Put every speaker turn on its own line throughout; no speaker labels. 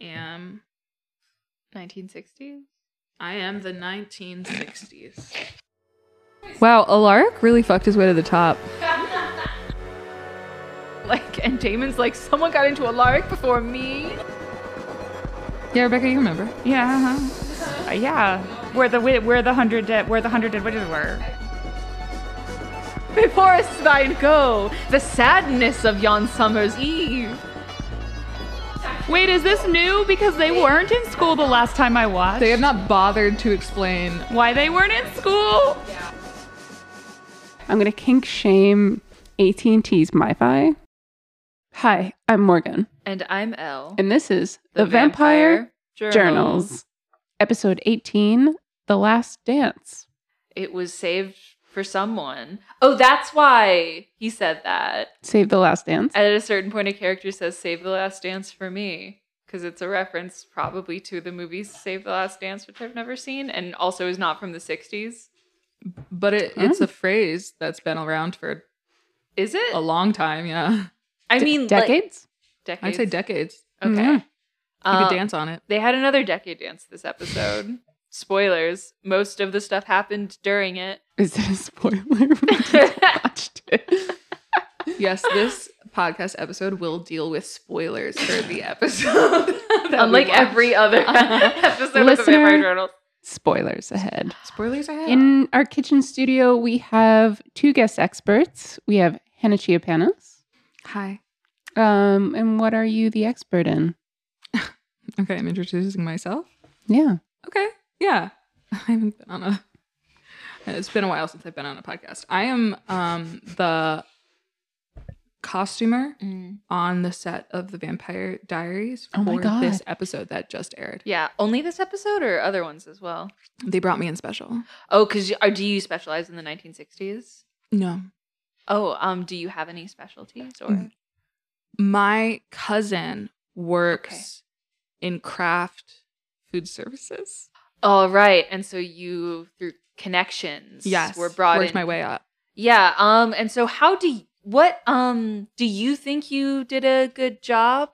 am 1960s. I am the 1960s.
Wow, Alaric really fucked his way to the top.
Like, and Damon's like, someone got into a Alaric before me.
Yeah, Rebecca, you remember.
Yeah. Uh-huh. Uh, yeah. Where the wi- where the hundred dead where the hundred dead witches were.
Before us thine go, the sadness of yon summer's eve.
Wait, is this new? Because they weren't in school the last time I watched.
They have not bothered to explain.
Why they weren't in school?
I'm gonna kink shame AT&T's MiFi. Hi, I'm Morgan,
And I'm Elle.
and this is The, Vampire, Journals. episode 18, The Last Dance.
It was saved for someone. Oh, that's why he said that.
Save the last dance.
At a certain point, a character says, Save the last dance for me. Because it's a reference probably to the movie Save the Last Dance, which I've never seen, and also is not from the 60s.
But it,
Oh.
it's a phrase that's been around for
Is it?
a long time, yeah.
I mean, like-
decades.
decades.
I'd say decades.
Okay.
Yeah. You
You
uh,
Um,
could dance on it.
They had another decade dance this episode. Spoilers. Most of the stuff happened during it.
Is that a spoiler? We just watched it.
Yes, this podcast episode will deal with spoilers for the episode. that we
Unlike
watched.
every other episode of the Vampire
Listener-
Journals.
Spoilers ahead.
spoilers I have.
In our kitchen studio, we have two guest experts. We have Hannah Chiapanos.
Hi.
Um, and what are you the expert in?
Okay, I'm introducing myself.
Yeah.
Okay. Yeah. I haven't been on a it's been a while since I've been on a podcast. I am um the costumer on the set of the Vampire Diaries for
Oh my God.
this episode that just aired.
Yeah, only this episode or other ones as well?
They brought me in special.
Oh, because do you specialize in the 1960s?
No.
Oh, um, do you have any specialties or?
Mm. My cousin works in craft food services.
All right, and so you through connections,
Yes.
were brought
worked
in.
my way up.
Yeah, um, and so how do you, what um do you think you did a good job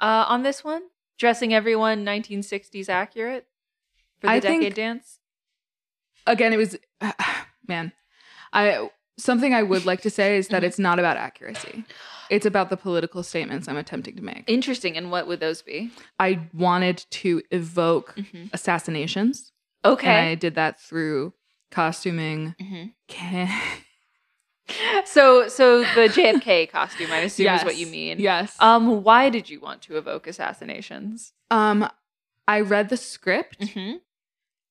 uh on this one dressing everyone 1960s accurate for the
I
decade
think-
dance?
again it was man i something i would like to say is that it's not about accuracy it's about the political statements i'm attempting to make
Interesting, and what would those be?
i wanted to evoke
Mhm.
assassinations and
Okay,
i did that through costuming Ca-
Mhm. so so the JFK costume, I assume, is what
Yes.
you mean.
yes
Um, why did you want to evoke assassinations?
um i read the script
Mm-hmm.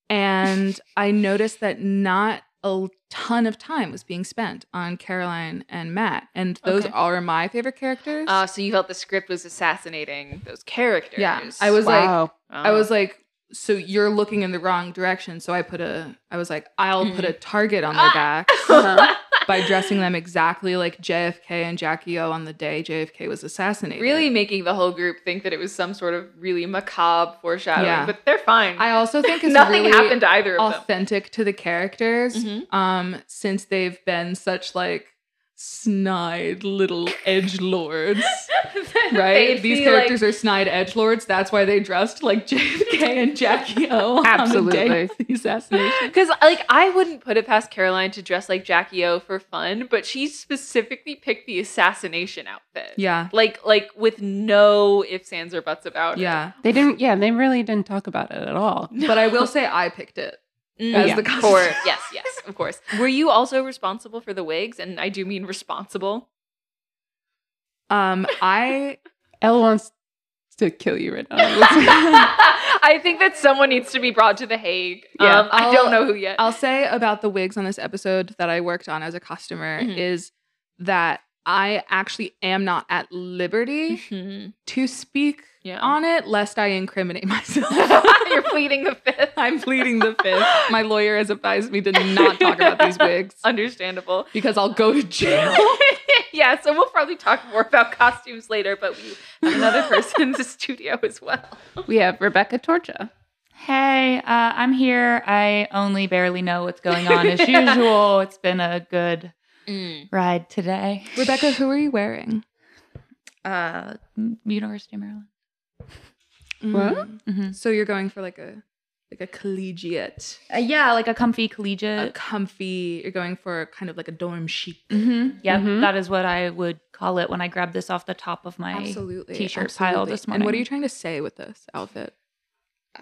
and i noticed that not a ton of time was being spent on caroline and matt and those
Okay.
are my favorite characters
Uh, so you felt the script was assassinating those characters. Oh,
yeah i was like
wow.
I was like, so you're looking in the wrong direction. So I put a, I was like, I'll put
Mm-hmm.
a target on
Ah!
their back
Uh-huh.
by dressing them exactly like JFK and Jackie O on the day JFK was assassinated.
really making the whole group think that it was some sort of really macabre foreshadowing,
Yeah.
but they're fine.
I also think it's
Nothing
really
happened to either of them.
authentic to the characters
Mhm.
um, since they've been such like snide little edge lords. Right,
They'd
these
be
characters
like,
are snide edge lords. That's why they dressed like JFK and Jackie O. on the day
Absolutely.
of the assassination.
because like I wouldn't put it past Caroline to dress like Jackie O for fun, but she specifically picked the assassination outfit.
Yeah,
Like like with no ifs ands or buts about
yeah.
They didn't, yeah, they really didn't talk about it at all.
it.
but I will say I picked it.
Mm,
as
yeah.
the costume.
for yes, yes, of course. Were you also responsible for the wigs? And I do mean responsible.
Um, I
Elle wants to kill you right now.
I think that someone needs to be brought to the Hague.
Yeah,
um, I
I'll-
don't know who yet.
I'll say about the wigs on this episode that I worked on as a costumer
Mhm.
is that I actually am not at liberty
Mhm.
to speak
Yeah.
on it lest I incriminate myself.
You're pleading the fifth.
I'm pleading the fifth. My lawyer has advised me to not talk about these wigs
Understandable.
because I'll go to jail.
yeah, so we'll probably talk more about costumes later, but we have another person in the studio as well.
we have Rebecca Torcha.
Hey, uh, I'm here. I only barely know what's going on as usual. It's been a good
Mm.
ride today.
Rebecca, who are you wearing?
Mm, Uh, University of Maryland.
What?
Mm.
hmm
So you're going for like a like a collegiate,
Uh, yeah, like a comfy
a
collegiate.
comfy. You're going for kind of like a dorm chic.
Mm-hmm. Yeah,
Mhm.
that is what I would call it when I grabbed this off the top of my
Absolutely.
t-shirt pile
absolutely.
this
And what are
morning.
you trying to say with this outfit?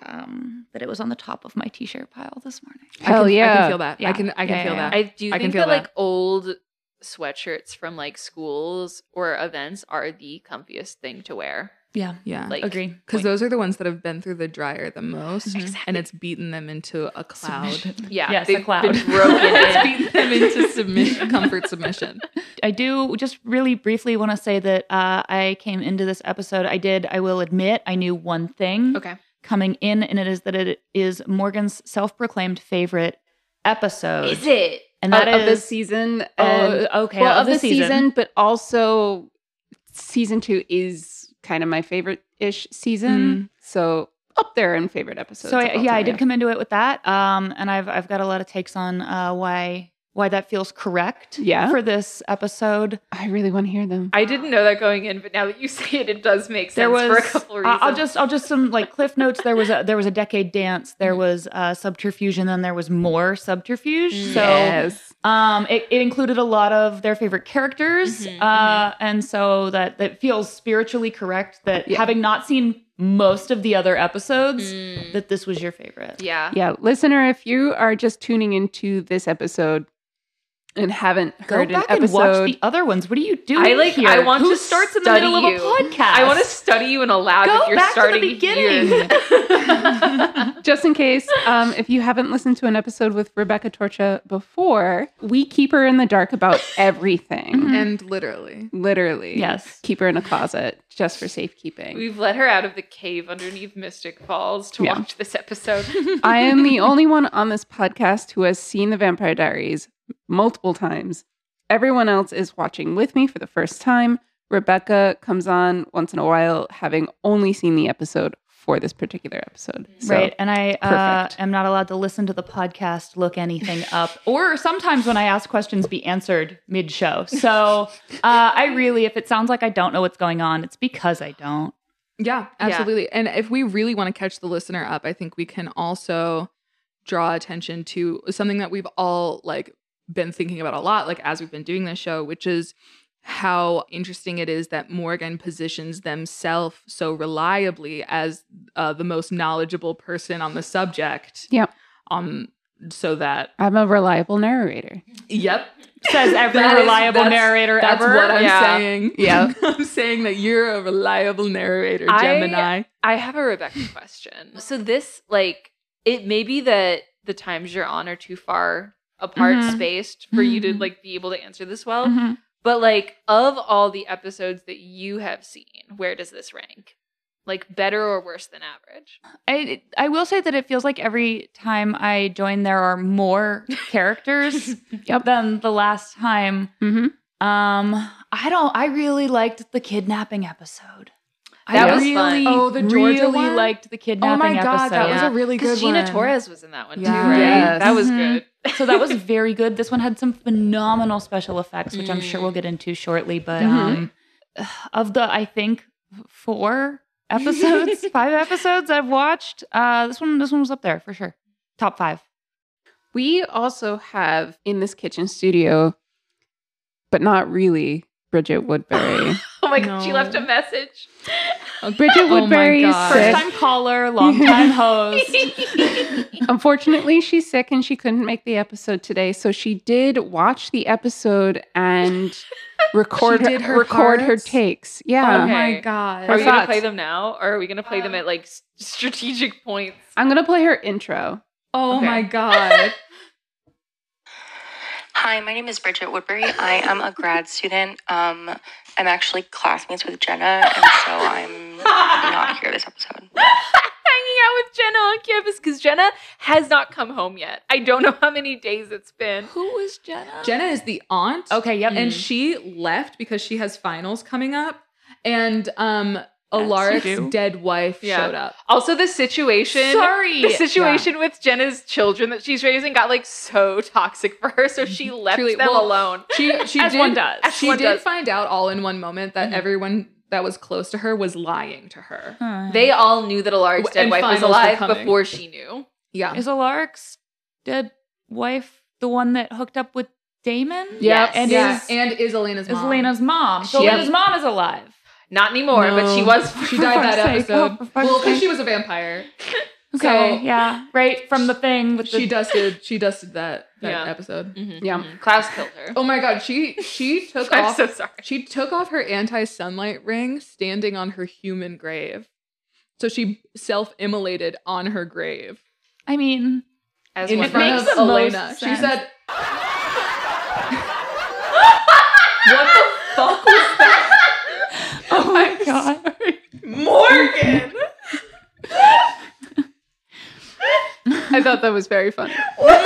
um that it was on the top of my t-shirt pile this morning.
I
Hell
can, I
yeah.
can feel that. I
Yeah.
can I can
Yeah,
feel
yeah,
that.
I do
I can
think
feel
that,
that.
like old sweatshirts from like schools or events are the comfiest thing to wear.
Yeah,
yeah.
Like
agree.
because
point.
those are the ones that have been through the dryer the most, and it's beaten them into a cloud.
Submission.
yeah,
Yes, a
they've
cloud.
been broken
it's
in.
beaten them into submission, comfort submission.
I do just really briefly want to say that uh, I came into this episode. I did. I will admit, I knew one thing
Okay.
coming in, and it is that it is Morgan's self-proclaimed favorite episode,
Is it?
and that is
of the season. And,
oh, okay,
well, of, the season. but also season two is kind of my favorite ish season. So up there in favorite episodes.
Mm. So I,
of all
yeah, I
time,
did come into it with that, um, and I've I've got a lot of takes on uh, why why that feels correct.
Yeah.
for this episode,
I really want to hear them.
I didn't know that going in, but now that you say it, it does make sense
there was
for a couple reasons.
I- I'll just I'll just some like cliff notes. There was a there was a decade dance.
Mm-hmm.
There was uh, subterfuge, and then there was more subterfuge.
Mm-hmm.
So.
yes.
Um, it, it included a lot of their favorite characters,
Mhm,
uh, and so that that feels spiritually correct. That
Yeah.
having not seen most of the other episodes,
Mm,
that this was your favorite.
yeah.
Yeah, listener, if you are just tuning into this episode and haven't
Go
heard an
back and watch
episode,
the other ones. What are you doing?
I like.
Here?
I want
Who
to
starts in the
study
middle of
you.
a podcast.
I want to study you in a lab.
Go
if you're
back to the
starting
beginning.
here.
just in case, um, if you haven't listened to an episode with Rebecca Torcha before, we keep her in the dark about everything.
Mhm.
And literally,
Literally.
Yes.
Keep her in a closet just for safekeeping.
We've let her out of the cave underneath Mystic Falls to
Yeah.
watch this episode.
I am the only one on this podcast who has seen the Vampire Diaries multiple times. Everyone else is watching with me for the first time. Rebecca comes on once in a while, having only seen the episode for this particular episode. So,
Right. And I uh,
Perfect.
am not allowed to listen to the podcast, look anything up, or sometimes when I ask questions, be answered mid show. So uh, I really, if it sounds like I don't know what's going on, it's because I don't.
yeah,
Yeah.
absolutely. And if we really want to catch the listener up, I think we can also draw attention to something that we've all like been thinking about a lot, like as we've been doing this show, which is how interesting it is that Morgan positions themselves so reliably as uh, the most knowledgeable person on the subject.
Yep.
Um. So that.
I'm a reliable narrator.
Yep.
Says every
That is-
reliable
that's-
narrator
That's
ever.
what I'm
Yeah.
saying.
Yeah.
I'm saying that you're a reliable narrator,
I-
Gemini.
I have a Rebecca question. So this, like, it may be that the times you're on are too far apart,
Mhm.
spaced for you to
Mhm.
like be able to answer this well.
Mm-hmm.
Mhm.
But like, of all the episodes that you have seen, where does this rank? Like, better or worse than average?
I I will say that it feels like every time I join, there are more characters
Yep.
than the last time.
Mm-hmm.
Um, I don't. I really liked the kidnapping episode.
That
I
was fun.
really,
Oh, the Georgia
really
one? Oh
liked the kidnapping episode.
that was a
really
Because Gina Torres was in that one
Yeah. Mm-hmm.
too, right?
Yes.
That was
Mhm.
good.
so that was very good. This one had some phenomenal special effects, which I'm sure we'll get into shortly. But
Mm-hmm.
um, of the, I think four episodes, five episodes I've watched, uh, this one, this one was up there for sure, top five.
We also have in this kitchen studio, but not really, Bridget Woodbury.
Oh my god, she
No.
left a message.
Bridget Woodbury is
God.
sick.
First time caller, long time host.
Unfortunately, she's sick and she couldn't make the episode today. So she did watch the episode and record
She did
her,
her
record her
parts?
takes. Yeah.
Oh my
Okay.
god.
Are we gonna
thoughts?
play them now, or are we gonna play
Um,
them at like s- strategic points?
I'm gonna play her intro.
oh
Okay.
my god.
Hi, my name is Bridget Woodbury. I am a grad student. Um, I'm actually classmates with Jenna, and so I'm not here this episode.
hanging out with Jenna on campus because Jenna has not come home yet. I don't know how many days it's been.
Who is Jenna?
Jenna is the aunt.
Okay, yep.
And she left because she has finals coming up. And um
you do.
Alaric's dead wife
Yeah.
showed up.
Also, the situation.
Sorry.
The situation with Jenna's children that she's raising got like so toxic for her, so she left
Truly,
them
well,
alone.
She she
As
did,
one does. As
She
one
did
does. Mm-hmm.
find out all in one moment that
Mhm.
everyone that was close to her was lying to her.
They all knew that Alaric's
Mm-hmm.
dead
And
wife was
finals were
alive
coming.
before she knew.
Yeah.
is Alaric's dead wife the one that hooked up with Damon?
Yes.
And
yeah.
is,
and is Elena's
is
mom.
Elena's mom. So
She-
Elena's mom is alive.
Not anymore, but she
No.
was.
She died that
fuck's sake. Oh,
episode.
for fuck's
well, because
sake.
she was a vampire.
Okay,
So-
yeah. Right from the thing with the
She dusted. She dusted that, that
Yeah.
episode.
Mhm,
Yeah.
mhm. Klaus killed her.
Oh my god, she she took
I'm
off
so sorry.
she took off her anti-sunlight ring standing on her human grave. So she self-immolated on her grave
I mean,
As
in
one
front
makes
of
does.
the most
Elena. She
sense.
said,
what the fuck was that?
oh my god.
Morgan!
I thought that was very funny.
Morgan!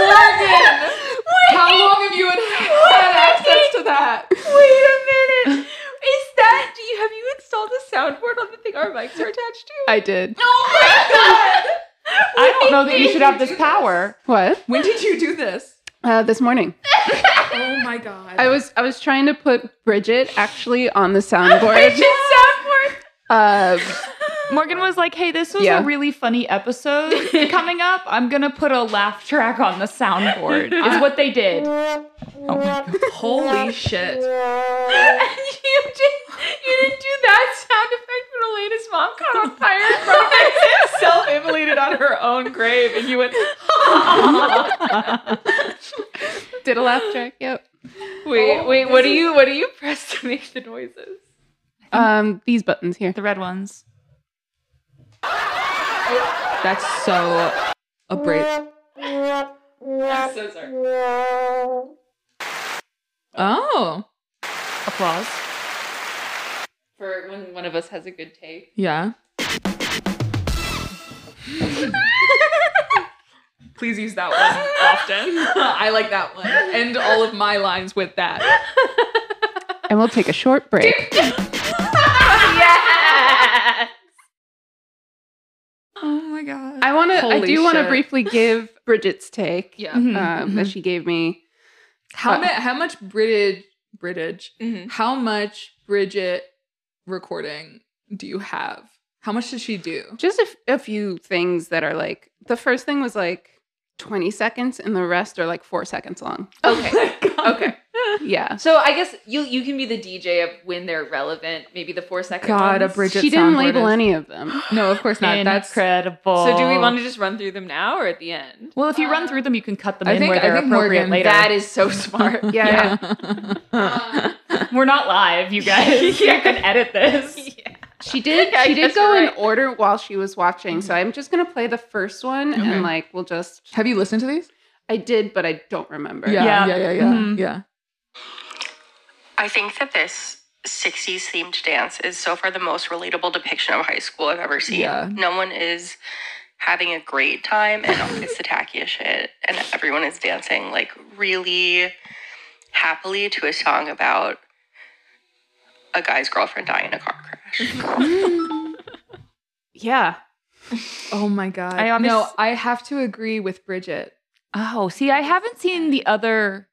"How long have you had access to that?"
Wait a minute. Is that do you have you installed a soundboard on the thing our mics are attached to?
I did.
Oh my god!
I don't know that you should have this power.
What?
When did you do this?
Uh, this morning.
Oh my god.
I was I was trying to put Bridget actually on the soundboard. Uh,
Morgan was like, "Hey, this was
Yeah.
a really funny episode coming up. I'm gonna put a laugh track on the soundboard." Is what they did.
Holy shit.
you did you didn't do that sound effect when Elena's mom caught on fire in front of her. self-immolated on her own grave and you went
did a laugh track. Yep.
Wait, wait, what do you what do you press to make the noises?
Um, these buttons here.
The red ones.
That's so abrasive.
I'm so sorry.
Oh.
Applause.
For when one of us has a good take.
Yeah. Please use that one often. I like that one. End all of my lines with that.
And we'll take a short break.
Yeah.
Oh my god.
I want to. I
Holy
do want to
shit.
briefly give Bridget's take
Yeah. Mm-hmm.
um,
Mhm,
that
mhm.
she gave me.
How
Uh,
much? How much British? British.
Mhm.
How much Bridget recording do you have? How much does she do?
Just a, f- a few things that are like the first thing was like twenty seconds, and the rest are like four seconds long.
Oh
Okay.
Okay.
Yeah.
So I guess you you can be the DJ of when they're relevant, maybe the four second.
God, a
ones.
Bridget.
she didn't
soundboard
label
is-
any of them.
No, of course not. That's
incredible.
So do we want to just run through them now or at the end?
Well, if you run through them, you can cut them
I
in
think-
where
I
they're
think
appropriate
Morgan-
later.
That is so smart.
Yeah. yeah.
We're not live, you guys. You can edit this.
She did.
I
She did
guess
go
you're
in
right.
order while she was watching. So I'm just gonna play the first one
Okay.
and like we'll just.
Have you listened to these?
I did, but I don't remember.
Yeah.
Yeah. Yeah. Yeah. Yeah.
Mhm.
yeah.
I think that this 60s themed dance is so far the most relatable depiction of high school I've ever seen.
Yeah.
No one is having a great time and it's the tackiest shit. And everyone is dancing like really happily to a song about a guy's girlfriend dying in a car crash.
Yeah.
Oh my god.
I almost-
no, I have to agree with Bridget.
Oh, see, I haven't seen the other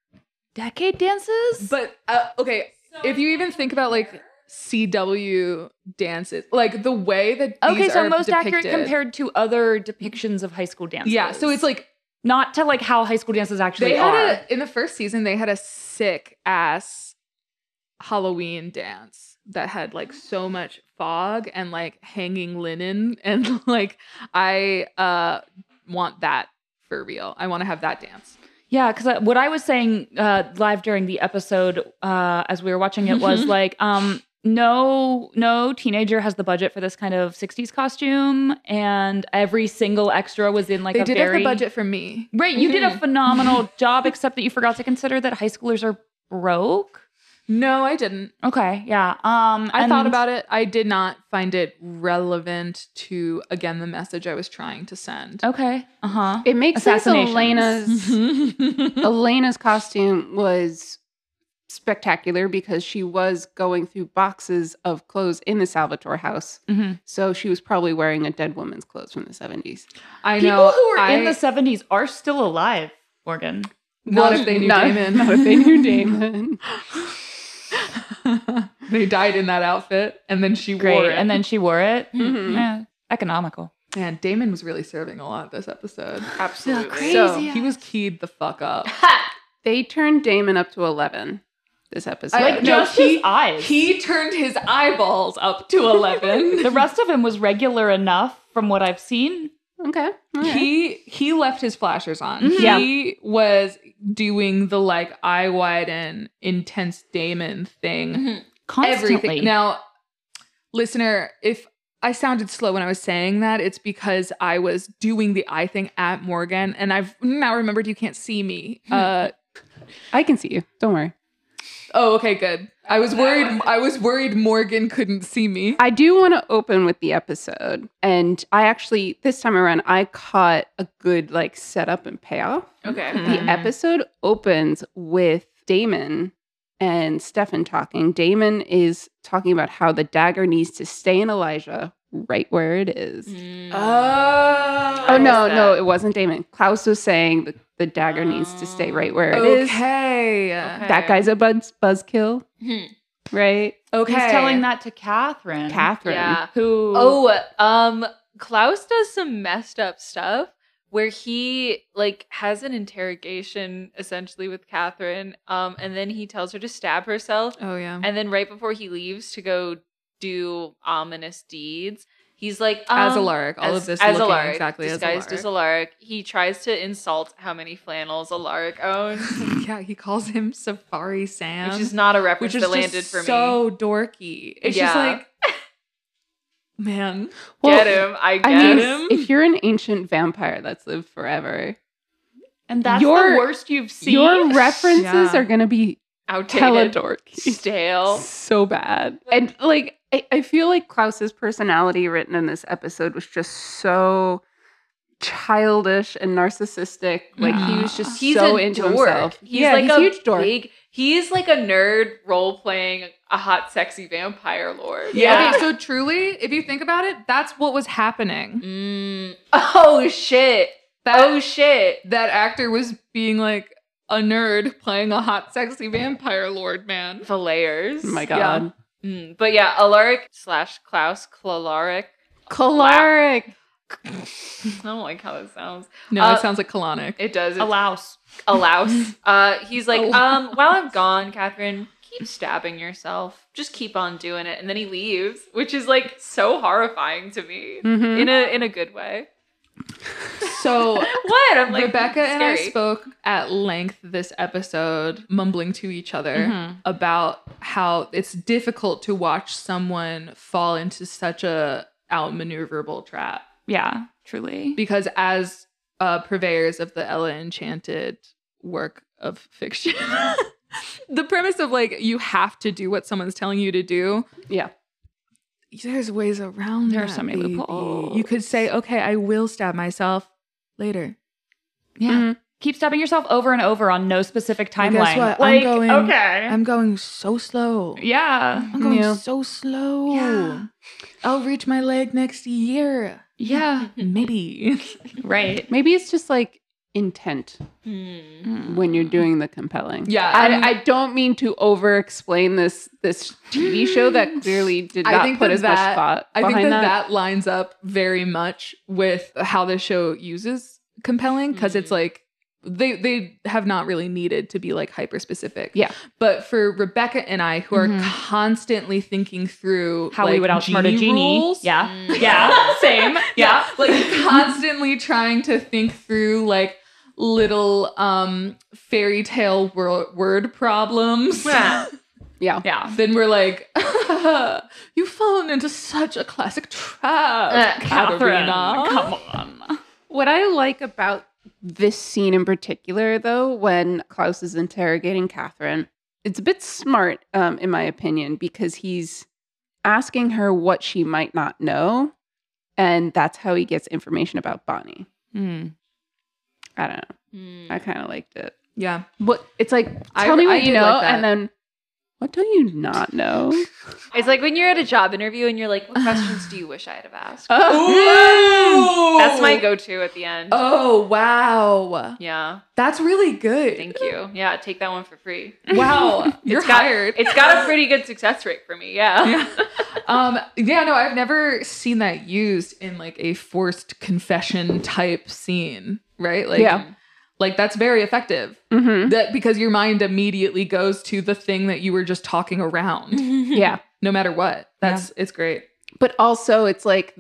decade dances.
But uh, okay, if you even think about like CW dances, like the way that these
okay, so
are
most accurate
depicted-
compared to other depictions of high school dances.
Yeah, so it's like
not to like how high school dances actually
they had
are.
a in the first season they had a sick ass Halloween dance that had like so much fog and like hanging linen and like I uh want that for real. I want to have that dance.
Yeah, because what I was saying uh, live during the episode uh, as we were watching it
Mm-hmm.
was like, um, no, no teenager has the budget for this kind of '60s costume, and every single extra was in like
they
a
did have
very
the budget Mm-hmm. for me.
Right, you did a
Mhm.
phenomenal job, except that you forgot to consider that high schoolers are broke.
No, I didn't.
Okay, yeah. Um,
I
and-
thought about it. I did not find it relevant to again the message I was trying to send.
Okay, uh huh.
It makes sense.
Assassinations.
Elena's Elena's costume was spectacular because she was going through boxes of clothes in the Salvatore house.
hmm
So she was probably wearing a dead woman's clothes from the 70s.
I
People
know
who were
I,
in the '70s are still alive, Morgan.
not if they knew
not,
Damon.
Not if they knew Damon.
They died in that outfit, and then she wore
Great.
it. Mm-hmm.
And then she wore it.
Mhm.
Yeah, economical.
man, Damon was really serving a lot this episode.
Absolutely.
So he was keyed the fuck up.
They turned Damon up to 11 this episode.
Like, no,
Just
he-
his eyes.
He turned his eyeballs up to eleven.
the rest of him was regular enough from what I've seen.
okay. all right.
He he left his flashers on.
Mhm.
He was doing the like eye widen intense Damon thing.
Mm-hmm. Constantly.
Everything. Now, listener, if I sounded slow when I was saying that, it's because I was doing the eye thing at Morgan, and I've now remembered you can't see me.
Oh,
Uh,
I can see you. Don't worry.
oh, okay, good. I was worried. I was worried Morgan couldn't see me.
I do want to open with the episode. And I actually, this time around, I caught a good like setup and payoff.
Okay.
The episode opens with Damon and Stefan talking. Damon is talking about how the dagger needs to stay in Elijah right where it is.
Mm.
Mm.
Oh,
Oh, no, no,
uh,
it wasn't Damon. Klaus was saying the, the dagger needs to stay right where it is.
okay.
Okay.
That guy's a buzz, buzzkill,
Uh,
Hmm.
right?
Okay.
He's telling that to Catherine.
Catherine.
Yeah.
Who?
Oh, um, Klaus does some messed up stuff where he like has an interrogation essentially with Catherine, um, and then he tells her to stab herself,
Oh yeah.
and then right before he leaves to go do ominous deeds, he's like
as a
um,
lark, all of this
as
looking
Alaric,
exactly as a
disguised as
lark.
Alaric. He tries to insult how many flannels Alaric owns,
yeah, he calls him Safari Sam,
which is not a reference
which is
that landed
just
for me.
so dorky. It's just
Yeah.
like, man,
get him, I get
I mean,
him.
if you're an ancient vampire that's lived forever,
and that's
Your-
the worst you've seen.
your references
Yeah.
are going to be hella
Outdated,
dorky.
stale.
so bad. And like, I, I feel like Klaus's personality written in this episode was just so childish and narcissistic. Like, he was just
he's
so
a
into
dork.
himself.
He's
yeah,
like
he's
a
a huge dork.
big. He's like a nerd role playing a hot, sexy vampire lord.
yeah. Okay, so truly, if you think about it, that's what was happening.
Mm. Oh shit. Oh shit.
That actor was being like a nerd playing a hot, sexy vampire lord man.
The layers.
Oh my
Yeah.
God.
Mm. But yeah, Alaric slash Klaus Klaric.
Kalaric.
I don't like how it sounds.
No,
Uh,
it sounds like colonic.
It does. It
allows.
allows. Uh, he's like,
Allows.
um, while I'm gone, Catherine, keep stabbing yourself. Just keep on doing it. And then he leaves, which is like so horrifying to me
Mm-hmm.
Mhm.
in a in a good way.
So
What? I'm like
Rebecca and I
scary.
spoke at length this episode, mumbling to each other
Mm-hmm.
about how it's difficult to watch someone fall into such a outmaneuverable trap
Yeah, truly.
because as uh, purveyors of the Ella Enchanted work of fiction, the premise of like you have to do what someone's telling you to do.
Yeah.
There's ways around.
There are so
that,
many
baby.
loopholes.
You could say, "Okay, I will stab myself later."
Yeah.
Mhm.
Keep stabbing yourself over and over on no specific
Well, guess
timeline.
what? I'm
Like,
going-
okay.
I'm going so slow.
yeah.
I'm going
Yeah.
so slow.
Yeah.
I'll reach my leg next year.
Yeah.
Maybe.
Right.
Maybe it's just like intent
Hmm.
when you're doing the compelling. Um,
Yeah,
I,
I'm-
I don't mean to over explain this this TV show that clearly did
I
not
think
put
that
as
that-
much thought
I think
behind
that, that lines up very much with how this show uses compelling because it's like they they have not really needed to be like hyper specific.
Yeah.
But for Rebecca and I, who are
Mhm.
constantly thinking through
How we
like,
would outsmart a genie.
rules,
Yeah.
Mm.
Yeah. Same. Yeah.
like constantly trying to think through like little um fairy tale wor- word problems.
Yeah.
Yeah.
Yeah.
Then we're like, you've fallen into such a classic trap,
Catherine.
Katerina.
Come on.
What I like about this scene in particular, though, when Klaus is interrogating Catherine, it's a bit smart, um, in my opinion, because he's asking her what she might not know. And that's how he gets information about Bonnie.
Mm.
I don't know.
Hmm.
I kind of liked it.
Yeah.
What it's like,
I-
tell me
I
what
did
you know,
like that.
and then What do you not know?
It's like when you're at a job interview and you're like, "What questions do you wish I'd have asked?"
Oh,
That's my go-to at the end.
Oh wow,
Yeah,
that's really good.
thank you. Yeah, take that one for free.
Wow, you're
It's got-
hired.
It's got a pretty good success rate for me. Yeah.
um, yeah, no, I've never seen that used in like a forced confession type scene, right? Like,
Yeah.
like that's very effective.
Mm-hmm.
That because your mind immediately goes to the thing that you were just talking around,
Mm-hmm. Yeah.
no matter what. That's it's great.
But also, it's like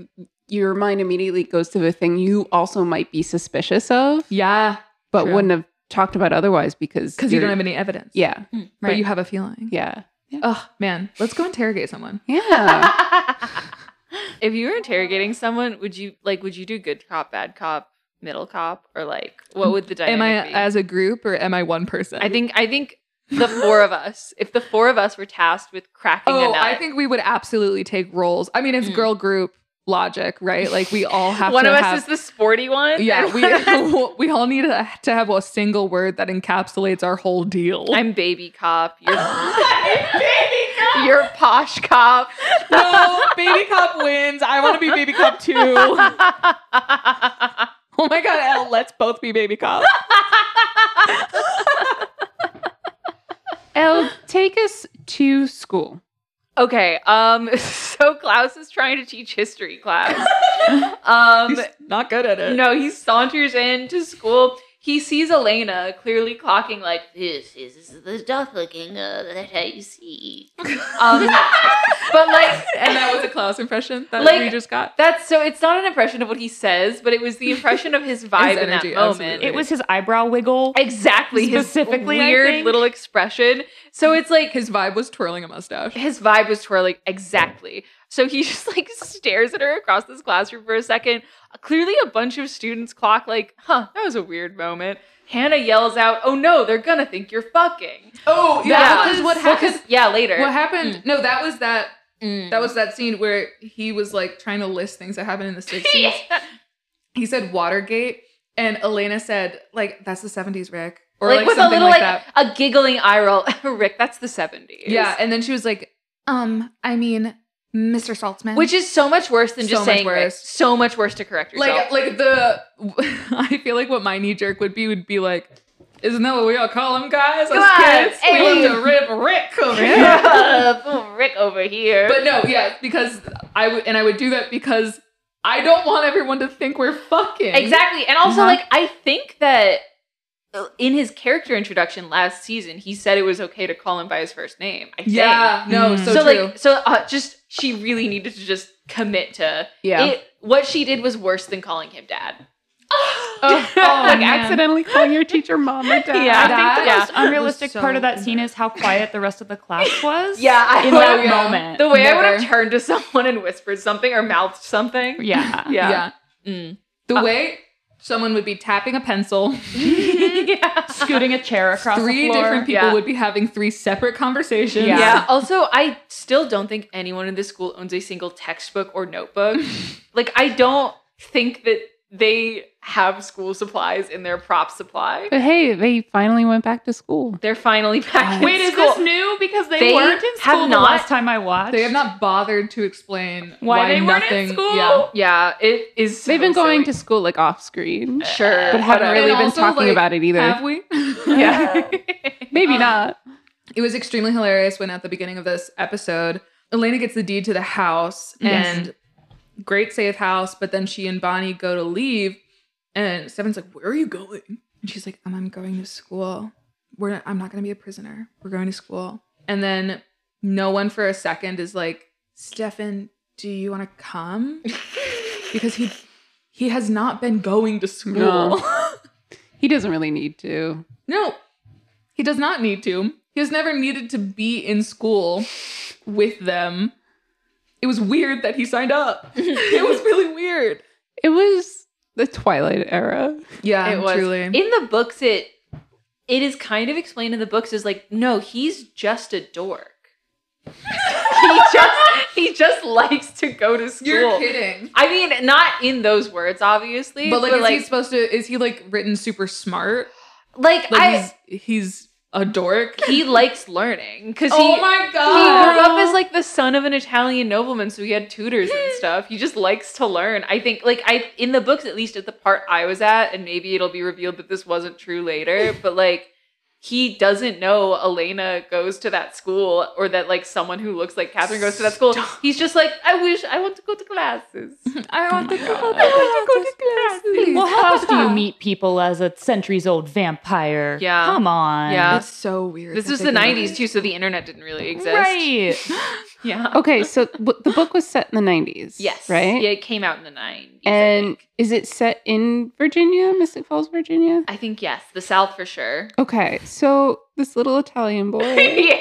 your mind immediately goes to the thing you also might be suspicious of,
Yeah,
but
True.
wouldn't have talked about otherwise because
because you
you're-
don't have any evidence.
Yeah.
but you have a feeling.
Yeah.
Oh man, let's go interrogate someone.
Yeah.
if you were interrogating someone, would you like? Would you do good cop, bad cop, middle cop, or like what would the
Am I
dynamic be?
as a group or am I one person?
I think I think the four of us. If the four of us were tasked with cracking a
Oh,
nut,
I think we would absolutely take roles. I mean, it's
Mm.
girl group logic, right? Like we all have
one
to
of us
have,
is the sporty one.
yeah,
and one of us-
we we all need to to have a single word that encapsulates our whole deal.
I'm baby cop. You're You're posh cop.
no, baby cop wins. I want to be baby cop too. Oh my god, Elle, let's both be baby cop.
El, take us to school.
okay. Um. So Klaus is trying to teach history class. Um.
Not good at it.
No, he saunters in to school. He sees Elena clearly clocking like this is the doppelganger that I see. Um, but like,
And that was a Klaus impression that
Like-
we just got.
that's so. It's not an impression of what he says, but it was the impression of his vibe in
energy,
that moment.
absolutely.
It was his eyebrow wiggle.
exactly his
Specifically, I
weird
think.
little expression. So it's like
His vibe was twirling a mustache.
his vibe was twirling exactly. So he just like stares at her across this classroom for a second. Clearly, a bunch of students clock like, "Huh, that was a weird moment." Hannah yells out, "Oh no, they're gonna think you're fucking."
Oh,
That
that was what
Well, 'cause-
happened.
yeah, later.
What happened? No, that was that
Mm.
That was that scene where he was like trying to list things that happened in the 60s.
Yeah.
He said Watergate, and Elena said, like, that's the 70s, Rick. Or
like,
like,
with a
something
little
like,
like,
that.
a giggling eye roll. Rick, that's the seventies.
Yeah. And then she was like, um, I mean, Mr. Saltzman.
which is so much worse than just
So much
saying Rick.
worse.
So much worse to correct yourself.
like, like the, I feel like what my knee jerk would be would be like, isn't that what we all call him, guys?
Come
As
on,
kids, we
hey.
love to rip Rick over here.
Yeah, Rick over here.
But no, yeah, because I would, and I would do that because I don't want everyone to think we're fucking.
Exactly. And also,
Uh-huh.
like, I think that uh, in his character introduction last season, he said it was okay to call him by his first name. I
Yeah. No,
Mm.
Think.
so,
So,
true.
like, so uh, just she really needed to just commit to
Yeah.
it. What she did was worse than calling him dad.
oh, like
man.
accidentally calling your teacher mom or dad.
Yeah. I think
That
the Yeah.
most unrealistic
was so
part of that scene is how quiet the rest of the class was.
I
in
would-
that
yeah.
moment.
The way I would
Never.
have turned to someone and whispered something or mouthed something.
yeah. Uh,
yeah.
Yeah. Mm.
The way someone would be tapping a pencil,
yeah.
Scooting a chair across
three
the floor.
different people
Yeah.
would be having three separate conversations.
Yeah.
Yeah. Also, I still don't think anyone in this school owns a single textbook or notebook. like, I don't think that they have school supplies in their prop supply.
But hey, they finally went back to school.
They're finally back. in
Oh. Wait, is
school.
this new? Because they,
They
weren't in
have
school the
not-
last time I watched.
They have not bothered to explain
Why
why,
they weren't in
nothing.
school.
Yeah.
Yeah, it is.
They've been going to school like off screen,
to sure,
Uh, but haven't really
And
been
also,
talking
like,
about it either.
Have we?
yeah. Maybe not.
It was extremely hilarious when at the beginning of this episode, Elena gets the deed to the house
Yes.
and great safe house, but then she and Bonnie go to leave and Stefan's like, Where are you going? And she's like, "Um, I'm going to school. We're not, I'm not gonna be a prisoner. We're going to school. And then no one for a second is like, Stefan, do you wanna come? because he he has not been going to school.
No. He doesn't really need to.
No, he does not need to. He has never needed to be in school with them. It was weird that he signed up. it was really weird.
It was the Twilight era.
Yeah,
It was
Um, truly.
in the books. It it is kind of explained in the books as like, no, he's just a dork. he just he just likes to go to school.
You're kidding.
I mean, not in those words, obviously.
But like, is
like,
he supposed to? Is he like written super smart?
like,
Like
I
he's he's a dork.
He likes learning because he,
Oh my
he grew
Oh.
up as like the son of an Italian nobleman, so he had tutors and stuff. He just likes to learn. I think, like I in the books, at least at the part I was at, and maybe it'll be revealed that this wasn't true later, but like. He doesn't know Elena goes to that school or that like someone who looks like Catherine goes to that school. He's just like, I wish I want to go to classes. Oh
I want to go.
I want to go to classes.
Well, how else do you meet people as a centuries old vampire?
Yeah.
Come on.
Yeah.
It's so weird.
This
that
was
they
the
do that.
90s too, so the internet didn't really exist.
Oh,
Right.
Yeah.
Okay, so w- the book was set in the 90s.
Yes.
Right?
Yeah, it came out in the 90s. I
And
think.
is it set in Virginia, Mystic Falls, Virginia?
I think yes, the South for sure.
Okay, so this little Italian boy
yeah,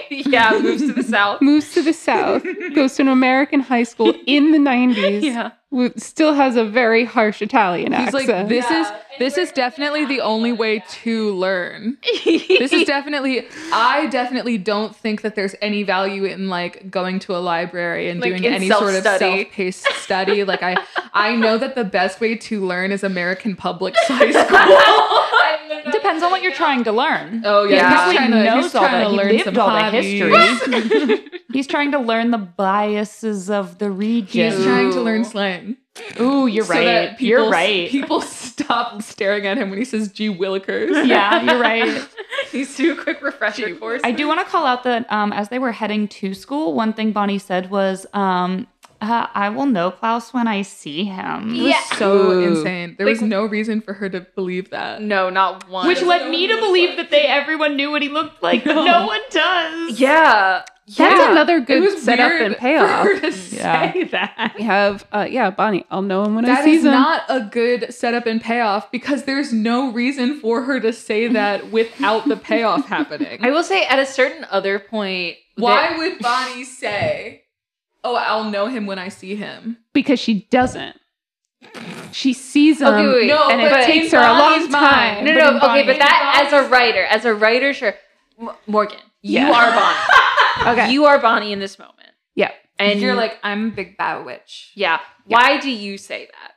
yeah, moves to the South.
moves to the South, goes to an American high school in the 90s,
Yeah.
who still has a very harsh Italian
He's
accent.
like, this
Yeah,
is
and
this
we're
is definitely the only way to learn.
this
This is definitely. I definitely don't think that there's any value in like going to a library and
Like,
doing
in
any sort of
self-study.
self-paced study. like I, I know that the best way to learn is American public high school.
Depends on what you're trying to learn.
Oh
He
yeah.
probably
he's trying to,
knows
he's
all
trying
that.
to
He
learn
lived
some
all that
hobbies.
history. He's trying to learn the biases of the region.
He's trying to
Ooh.
learn slang.
Ooh, you're
so
right.
that
you're
people-
right.
People stop staring at him when he says "G Willikers."
yeah, you're right.
He's too quick refresher course.
I do want to call out that um, as they were heading to school, one thing Bonnie said was, um, uh, "I will know Klaus when I see him."
It was
Yeah.
so
Ooh.
insane. There was
Like-
no reason for her to believe that.
No, not one.
Which led me to believe that they everyone knew what he looked like, but no one does.
Yeah.
That's
Yeah.
another
It
good
was
setup
weird
and payoff.
for her to
Yeah.
say that.
We have, uh, yeah, Bonnie, I'll know him when I
That
see
is
him.
not a good setup and payoff because there's no reason for her to say that without the payoff happening.
I will say at a certain other point
Why
that- um,
would Bonnie say, "Oh, I'll know him when I see him"?
because she doesn't. She sees him.
Okay, wait,
No,
and it
but
takes
in
her a long
Bonnie's
time.
mind-
No,
But
no,
in
no okay, but
Bonnie-
that as a writer, as a writer, sure. M- Morgan,
Yeah.
you are Bonnie.
Okay.
You are Bonnie in this moment.
Yeah.
And
you're like, "I'm a big bad witch."
yeah. Why do you say that?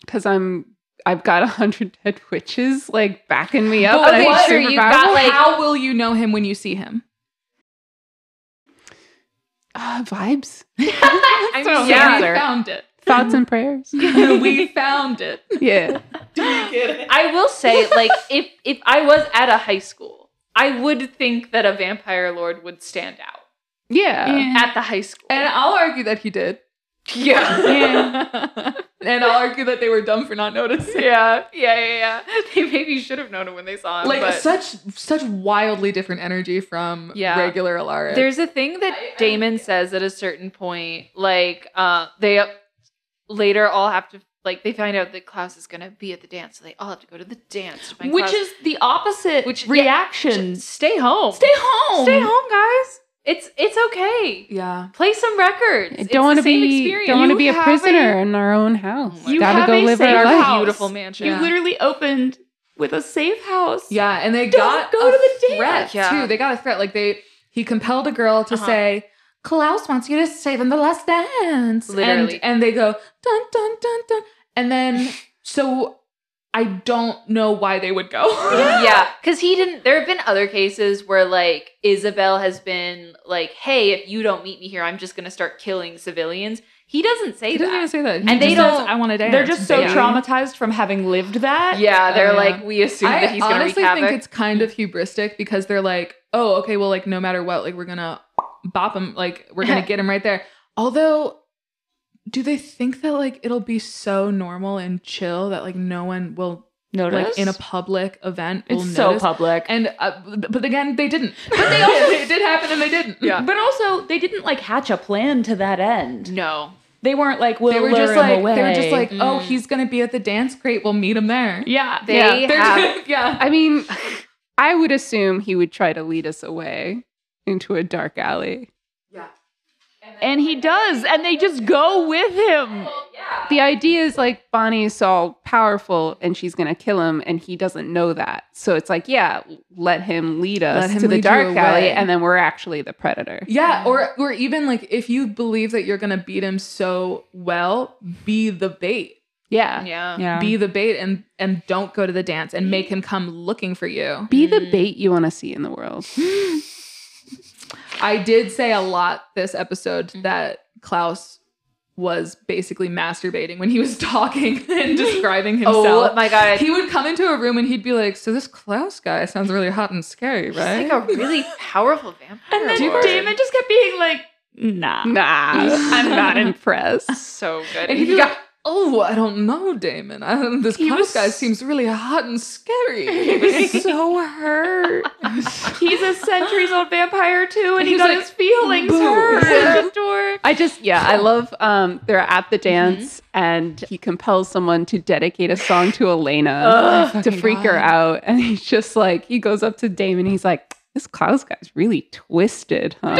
Because I'm, I've got a hundred dead witches like backing me up.
But
I'm
what-
super
you've
powerful.
got, like-
how will you know him when you see him?
Uh, vibes,
I'm
So
sure
yeah.
we found it.
thoughts, and prayers.
we found it.
Yeah.
I will say, like, if if I was at a high school, I would think that a vampire lord would stand out uh,
Yeah.
at the high school.
And I'll argue that he did.
yeah.
Yeah. and I'll argue that they were dumb for not noticing.
yeah, yeah, yeah, yeah. They maybe should have known it when they saw him.
Like
but
such such wildly different energy from
Yeah.
regular Alara.
there's a thing that Damon says at a certain point, like, uh, they later all have to like they find out that Klaus is gonna be at the dance, so they all have to go to the dance. to find
Which
Klaus.
is the opposite
Which- yeah.
reaction.
stay home.
Stay home.
Stay home, guys. It's it's okay.
yeah.
Play some records.
I
It's
don't want
the
to
same
be
experience.
don't want to
You
be a
have
prisoner in our own house.
You
Gotta
have
go
a
live our
safe
life.
house.
beautiful mansion.
You
Yeah.
literally opened with a safe house.
Yeah, and they
Don't
got
go
a
to the dance.
threat
Yeah.
too. They got a threat. Like they he compelled a girl to
Uh-huh.
say Klaus wants you to save him the last dance.
Literally.
And, and they go dun dun dun dun. And then so I don't know why they would go.
yeah, because he didn't. There have been other cases where like Isabel has been like, "Hey, if you don't meet me here, I'm just gonna start killing civilians." He doesn't say
He doesn't even
that.
say that. He
And they
just says,
don't-
I want to dance.
They're just so
Yeah.
traumatized from having lived that.
yeah, they're
Oh, yeah.
like, we assume that
I
he's gonna
honestly
wreak havoc.
think it's kind of hubristic because they're like, oh, okay, well, like no matter what, like we're gonna bop him, like we're gonna get him right there. Although, do they think that like it'll be so normal and chill that like no one will
Notice
like in a public event will
it's so
notice?
public.
and uh, but again, they didn't. But they also it did happen and they didn't.
Yeah.
But also, they didn't like hatch a plan to that end.
no.
They weren't like, we'll
They were
lure
just
him
like
away.
they were just like, oh,
Mm.
he's gonna be at the dance. Great, we'll meet him there.
yeah,
They
yeah.
They're-
have.
yeah.
I mean, I would assume he would try to lead us away into a dark alley.
and he does, and they just go with him.
The idea is like Bonnie's all powerful and she's going to kill him, and he doesn't know that. So it's like, yeah, let him lead us
Let him
to the
lead you
dark alley,
away.
and then we're actually the predator.
Yeah, or or even like if you believe that you're gonna beat him so well, be the bait.
Yeah.
Yeah.
Yeah.
Be the bait and and don't go to the dance and make him come looking for you.
Be the
Mm.
bait you want to see in the world.
I did say a lot this episode
Mm-hmm.
that Klaus was basically masturbating when he was talking and describing himself.
Oh my god.
he would come into a room and he'd be like, "So this Klaus guy sounds really hot and scary,
He's like
right?"
a really powerful vampire.
And then
lord.
Damon just kept being like, nah.
Nah, I'm not impressed.
so good.
and
And
he'd
he
be
got
like, "Oh, I don't know, Damon. I, this
He
Klaus
was-
guy seems really hot and
He
scary."
was so hurt. He's a centuries old vampire too, and he
He's
got
like,
his feelings
"Boo."
hurt. The dork.
I just yeah, I love um they're at the dance and he compels someone to dedicate a song to Elena to freak her out and he's just like he goes up to Damon he's like this Klaus guy's really twisted, huh?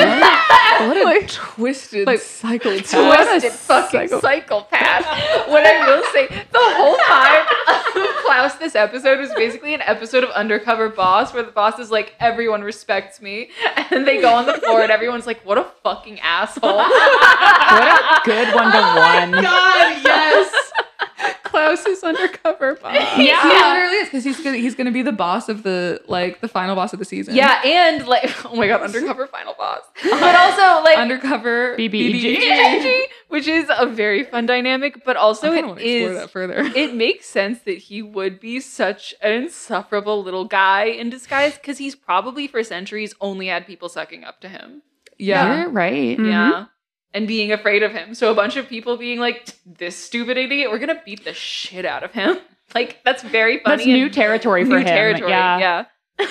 what a twisted
like,
psychopath.
twisted fucking
psycho-
psychopath. what I will say, the whole vibe of Klaus this episode was basically an episode of Undercover Boss, where the boss is like, everyone respects me. And they go on the floor and everyone's like, what a fucking asshole.
What a good one to one.
God, yes.
Klaus is undercover boss.
Yeah, he
Yeah.
literally is because he's gonna, he's gonna be the boss of the like the final boss of the season.
yeah, and like, oh my god, Undercover Final Boss. But also, like,
undercover
BBEG.
BBG, which is a very fun dynamic, but also
So I
it
don't want to explore
is
that further.
it makes sense that he would be such an insufferable little guy in disguise because he's probably for centuries only had people sucking up to him.
Yeah,
You're right.
Yeah. And being afraid of him. So a bunch of people being like, this stupid idiot, we're going to beat the shit out of him. Like, that's very funny.
That's new
and
territory for
new
him.
territory.
Yeah.
Yeah.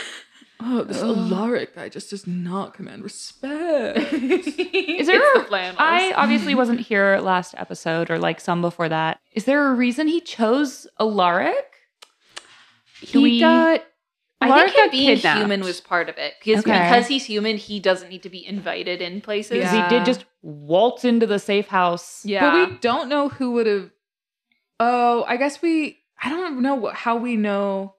Oh, this
Ugh.
Alaric guy just does not command respect.
Is
there
it's
a-
the flannels.
I obviously wasn't here last episode or like some before that. Is there a reason he chose Alaric?
He
Do we-
got
I
Lark
think him
got
being
kidnapped.
human was part of it. Because,
Okay.
because he's human, he doesn't need to be invited in places.
Because
Yeah.
he did just waltz into the safe house.
Yeah.
But we don't know who would have. Oh, I guess we. I don't know what, how we know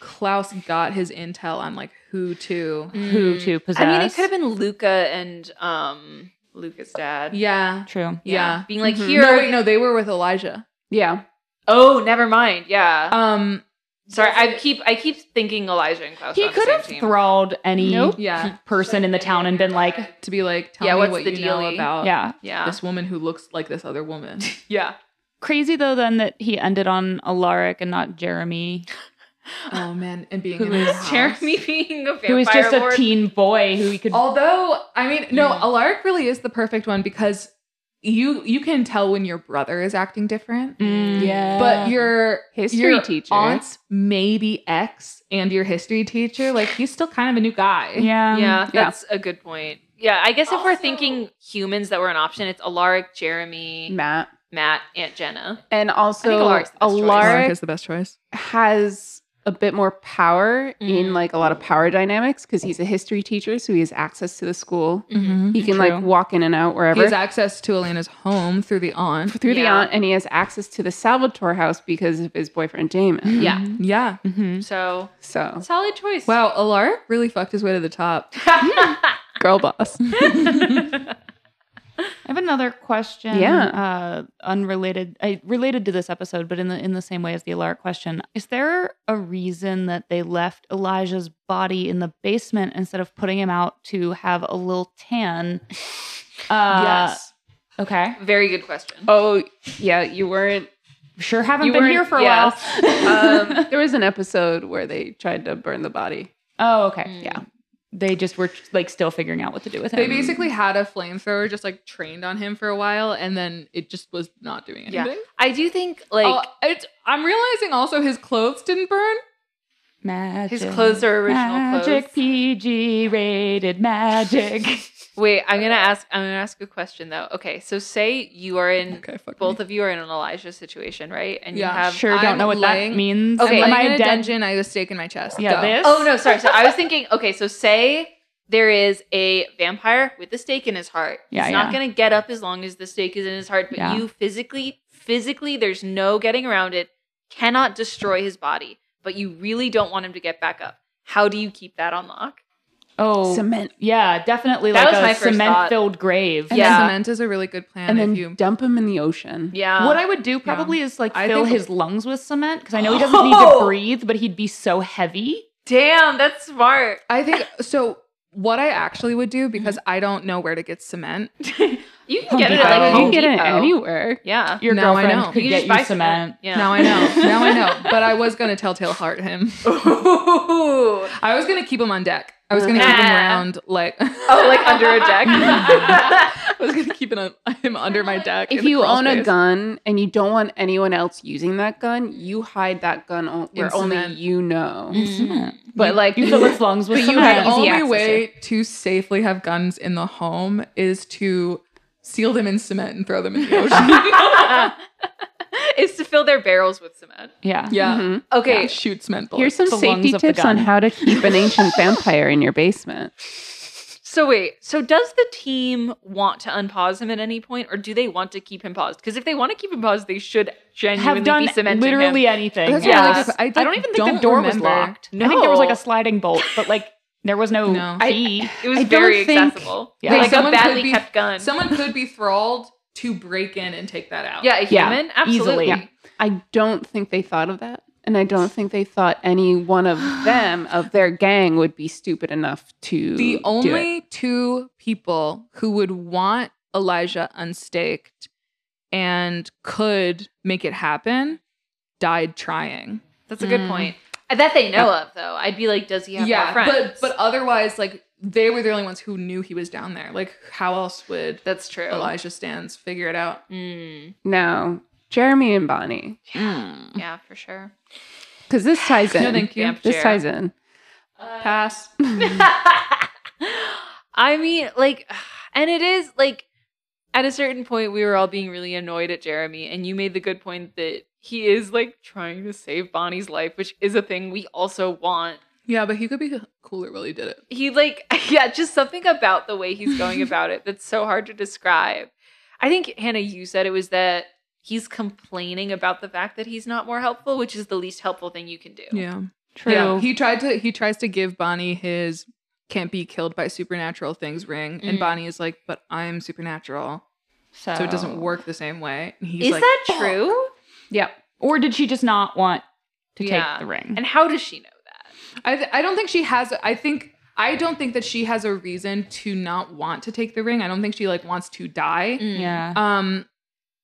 Klaus got his intel on like who to.
Mm.
Who to possess?
I mean, it could have been Luca and um Luca's dad.
Yeah.
True.
Yeah. Mm-hmm.
Being like,
Mhm.
here.
No, wait, no, they were with Elijah.
yeah.
Oh, never mind. Yeah.
Um.
Sorry, I keep I keep thinking Elijah and Klaus. are
He
on the
could have
same team.
thralled any
Nope.
Yeah.
person in the town and been like,
To be like, tell
Yeah,
me
what's
what
the
you know
dealie?
about
yeah.
Yeah.
this woman who looks like this other woman.
Yeah.
Crazy though, then that he ended on Alaric and not Jeremy,
oh man, and being
Who
in his
is
house.
Jeremy being a vampire
who is just
lord.
a teen boy who he could.
Although, I mean, no,
Mm.
Alaric really is the perfect one because you you can tell when your brother is acting different.
Mm, yeah.
But your
History
your
teacher.
aunt's maybe ex and your history teacher, like he's still kind of a new guy.
yeah,
yeah, that's a good point. Yeah, I guess if we're
Also-
thinking humans that were an option, it's Alaric, Jeremy,
Matt.
Matt, Aunt Jenna.
And also
Alaric's the best choice.
Alaric
the best choice.
has a bit more power
Mm.
in like a lot of power dynamics because he's a history teacher, so he has access to the school.
Mm,
He can
True.
like walk in and out
Mm-hmm. He
wherever
has access to Elena's home through the aunt.
through the
Yeah.
aunt, and he has access to the Salvatore house because of his boyfriend
Mm-hmm.
Damon.
Yeah. Mm-hmm.
Yeah.
So
Oh.
So
solid choice.
Wow, Alaric really fucked his way to the top. hmm.
girl boss.
I have another question.
Yeah.
uh, unrelated, uh, related to this episode, but in the in the same way as the Alaric question. Is there a reason that they left Elijah's body in the basement instead of putting him out to have a little tan? Uh,
yes.
Okay.
Very good question.
oh yeah, you weren't.
Sure. Haven't
You
been
weren't-
here for a
yeah.
while.
Um, there was an episode where they tried to burn the body.
oh, okay.
Mm.
Yeah. They just were like still figuring out what to do with him.
They basically had a flamethrower just like trained on him for a while and then it just was not doing
Yeah.
anything.
I do think like
oh, it's, I'm realizing also his clothes didn't burn.
magic.
his clothes are original
magic
clothes.
PG rated magic.
Wait, I'm gonna ask. I'm gonna ask a question though. Okay, so say you are in
Okay, fuck
both of you are in an Elijah situation, right? And
Yeah.
you have
sure.
I'm
don't know what
laying-
that means.
Okay,
Okay.
Am
I'm
I
in a
dead?
dungeon. I have a stake in my chest.
Yeah.
Go.
This.
Oh no, sorry. So I was thinking, okay, so say there is a vampire with a stake in his heart.
Yeah,
He's not
yeah.
gonna get up as long as the stake is in his heart, but
Yeah.
you physically, physically, there's no getting around it, cannot destroy his body, but you really don't want him to get back up. How do you keep that on lock?
Oh,
Cement.
yeah, definitely
That
like
was my
a
first
cement filled grave.
And
Yeah.
cement is a really good plan
And then
if you
dump him in the ocean.
Yeah.
what I would do probably is like
I
fill
think-
his lungs with cement because I know he doesn't need to
Oh!
breathe, but he'd be so heavy.
Damn, that's smart.
I think so. What I actually would do because I don't know where to get cement.
You can
Home
get it
Depot.
at like
you
Home
can get it
Depot.
anywhere.
Yeah.
Your
Now I
girlfriend
know.
could
You
get
just buy
you cement.
Yeah.
Now I know. Now I know. But I was gonna telltale heart him.
Ooh.
I was gonna keep him on deck. I was gonna keep him
Ah.
around like
Oh, like under a deck.
I was gonna keep him, him under my deck.
If
in the
you
crawl
own a
space.
gun and you don't want anyone else using that gun, you hide that gun o-
In
where only
cement. Mm-hmm.
you know.
Cement.
But like,
You fill his lungs with
But you
The
had
cement.
all-
Mm. only
easy access
way to safely have guns in the home is to seal them in cement and throw them in the ocean.
is to fill their barrels with cement.
yeah.
yeah.
Mhm.
Okay.
Shoot cement bullets.
Here's some
The
safety
lungs of the
tips on
gun.
how to keep an ancient vampire in your basement.
So wait. So does the team want to unpause him at any point, or do they want to keep him paused? Because if they want to keep him paused, they should genuinely
Have done
be cementing
literally
him.
anything.
That's
a really
Yes.
good- I
I don't
did-
even think
don't
the door was
remember.
locked. I think there was like a sliding bolt, but like there was no,
No.
key.
It was
I don't
very
think-
accessible.
Yeah.
Like a
Someone could
badly
be-
kept gun.
Someone could be thralled to break in and take that out.
yeah, a
Yeah,
human. Absolutely.
easily. Yeah.
I don't think they thought of that. And I don't think they thought any one of them, of their gang, would be stupid enough to. do
The
it.
only two people who would want Elijah unstaked and could make it happen died trying.
That's a good
Mm.
point. That they know of, though. I'd be like, does he have more friends?
but but otherwise, like they were the only ones who knew he was down there. Like how else would
that's true.
Elijah stands figure it out?
Mm,
No, Jeremy and Bonnie.
Mm.
yeah, for sure.
Because this ties in.
No, thank you.
Vamp
This
chair.
ties in.
Pass.
Uh, I mean, like, and it is like at a certain point, we were all being really annoyed at Jeremy, and you made the good point that he is like trying to save Bonnie's life, which is a thing we also want.
yeah, but he could be cooler. Really did it.
He, like, yeah, just something about the way he's going about it that's so hard to describe. I think, Hannah, you said it was that he's complaining about the fact that he's not more helpful, which is the least helpful thing you can do.
Yeah.
True.
Yeah, he tried to he tries to give Bonnie his can't be killed by supernatural things ring, and
Mhm.
Bonnie is like, "But I'm supernatural,
so.
so it doesn't work the same way." And he's
Is
like,
that true?
Yeah. Or did she just not want to
Yeah.
take the ring?
And how does she know that?
I, th- I don't think she has. I think I don't think that she has a reason to not want to take the ring. I don't think she like wants to die.
yeah.
Mm.
Um,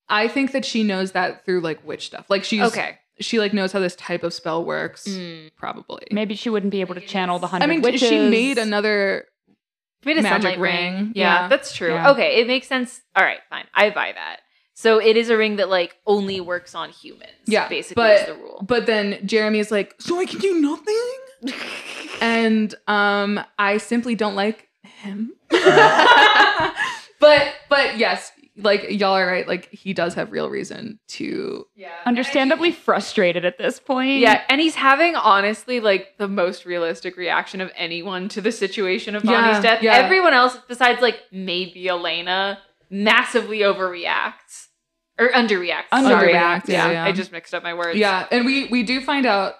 I think that she knows that through like witch stuff. Like she's mm.
Okay. Mm.
She like knows how this type of spell works. Probably.
Maybe she wouldn't be able to channel the hundred
I mean,
witches.
she made another
Made a
Magic
sunlight ring.
ring.
Yeah,
Yeah.
that's true.
Yeah.
Okay, it makes sense. All right, fine. I buy that. So it is a ring that like only works on humans.
Yeah,
basically
but-
is the rule.
But then Jeremy is like, so I can do nothing? and um I simply don't like him. but but yes, like y'all are right, like he does have real reason to
Understandably frustrated at this point.
Yeah, and he's having honestly like the most realistic reaction of anyone to the situation of Bonnie's
Yeah,
death.
yeah.
Everyone else besides like maybe Elena massively overreacts or underreacts. Sorry.
Underreacts,
Yeah,
yeah, yeah.
I just mixed up my words.
Yeah, and we we do find out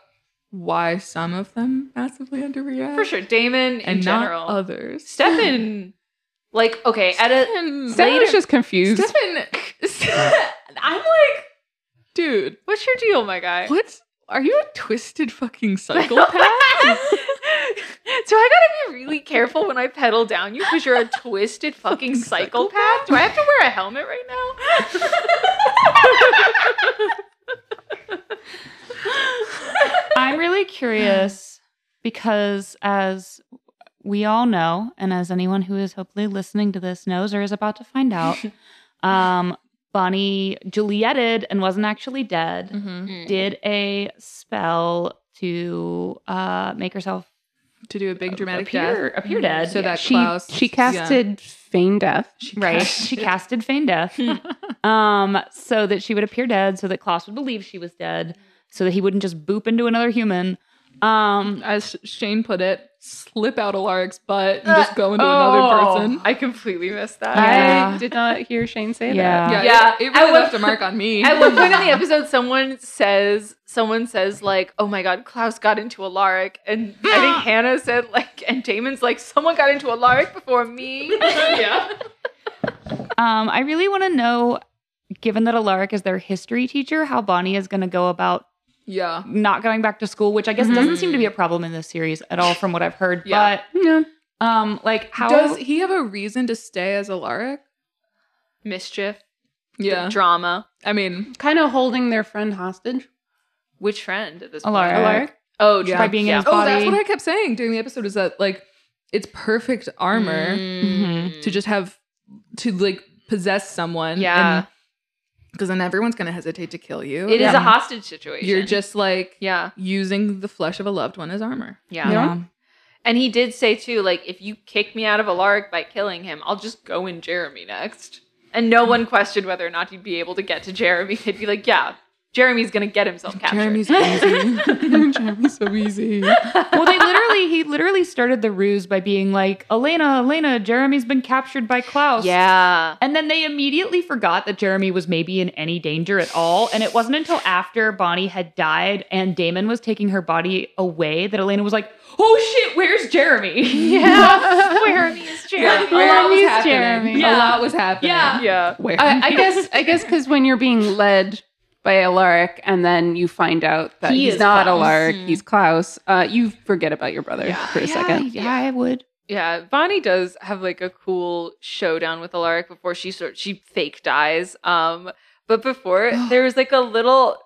why some of them massively underreact.
for sure. Damon
And
in
not
general.
others.
Stefan, like, okay, at a
Stefan,
Stefan was just confused.
Stefan
I'm like,
dude,
what's your deal, my guy?
what are you a twisted fucking
so
psychopath?
I gotta be really careful when I pedal down you because you're a twisted fucking psychopath. Do I have to wear a helmet right now?
I'm really curious because as we all know, and as anyone who is hopefully listening to this knows or is about to find out, um, Bonnie Julieted and wasn't actually dead,
Mhm.
did a spell to uh, make herself
To do a big dramatic
appear,
death. Mm-hmm.
appear dead.
So that
she,
Klaus
she casted Feign Death.
She
Right.
casted- Hmm.
She casted feign death um, so that she would appear dead, so that Klaus would believe she was dead, so that he wouldn't just boop into another human. Um,
as Shane put it, slip out Alaric's butt and just go into
Oh,
another person.
I completely missed that.
I
Yeah.
did not hear Shane say
Yeah.
that.
Yeah,
Yeah,
It, it
I
really
would-
left a mark on me.
At one point in the episode, someone says, someone says like, "Oh my God, Klaus got into a Alaric," and I think Hannah said like, and Damon's like, "Someone got into a Alaric before me." yeah,
um, I really want to know, given that Alaric is their history teacher, how Bonnie is going to go about
yeah.
not going back to school, which I guess
Mhm.
doesn't seem to be a problem in this series at all, from what I've heard.
Mm-hmm. Yeah.
Yeah.
But um, like how
Does he have a reason to stay as Alaric?
mischief,
Yeah.
drama.
I mean,
Kind of holding their friend hostage.
Which friend at this
Alaric.
point?
Alaric.
Oh,
Yeah.
by being in
yeah.
his
oh,
body?
that's what I kept saying during the episode is that like it's perfect armor
Mm.
to just have to like possess someone.
Yeah.
Because then everyone's going to hesitate to kill you.
Oh, It is
Yeah.
a hostage situation.
You're just like
yeah,
using the flesh of a loved one as armor.
yeah,
Yeah.
And he did say too, like, if you kick me out of Alaric by killing him, I'll just go in Jeremy next. And no one questioned whether or not he'd be able to get to Jeremy. They'd be like, yeah, Jeremy's gonna get himself captured.
Jeremy's easy. Jeremy's so easy.
well, they literally he literally started the ruse by being like, Elena, Elena, Jeremy's been captured by Klaus.
yeah.
And then they immediately forgot that Jeremy was maybe in any danger at all. And it wasn't until after Bonnie had died and Damon was taking her body away that Elena was like, oh shit, where's Jeremy?
Yeah. Jeremy is Jeremy.
a lot was
Jeremy's
happening.
Jeremy.
A
Yeah.
lot was happening.
Yeah.
Yeah.
Where?
I, I guess I guess because when you're being led by Alaric and then you find out that
He
he's
is
not
Klaus.
Alaric, he's Klaus, uh, you forget about your brother for a second.
Yeah, I would.
Yeah. Bonnie does have like a cool showdown with Alaric before she sort she fake dies. Um, but before there was like a little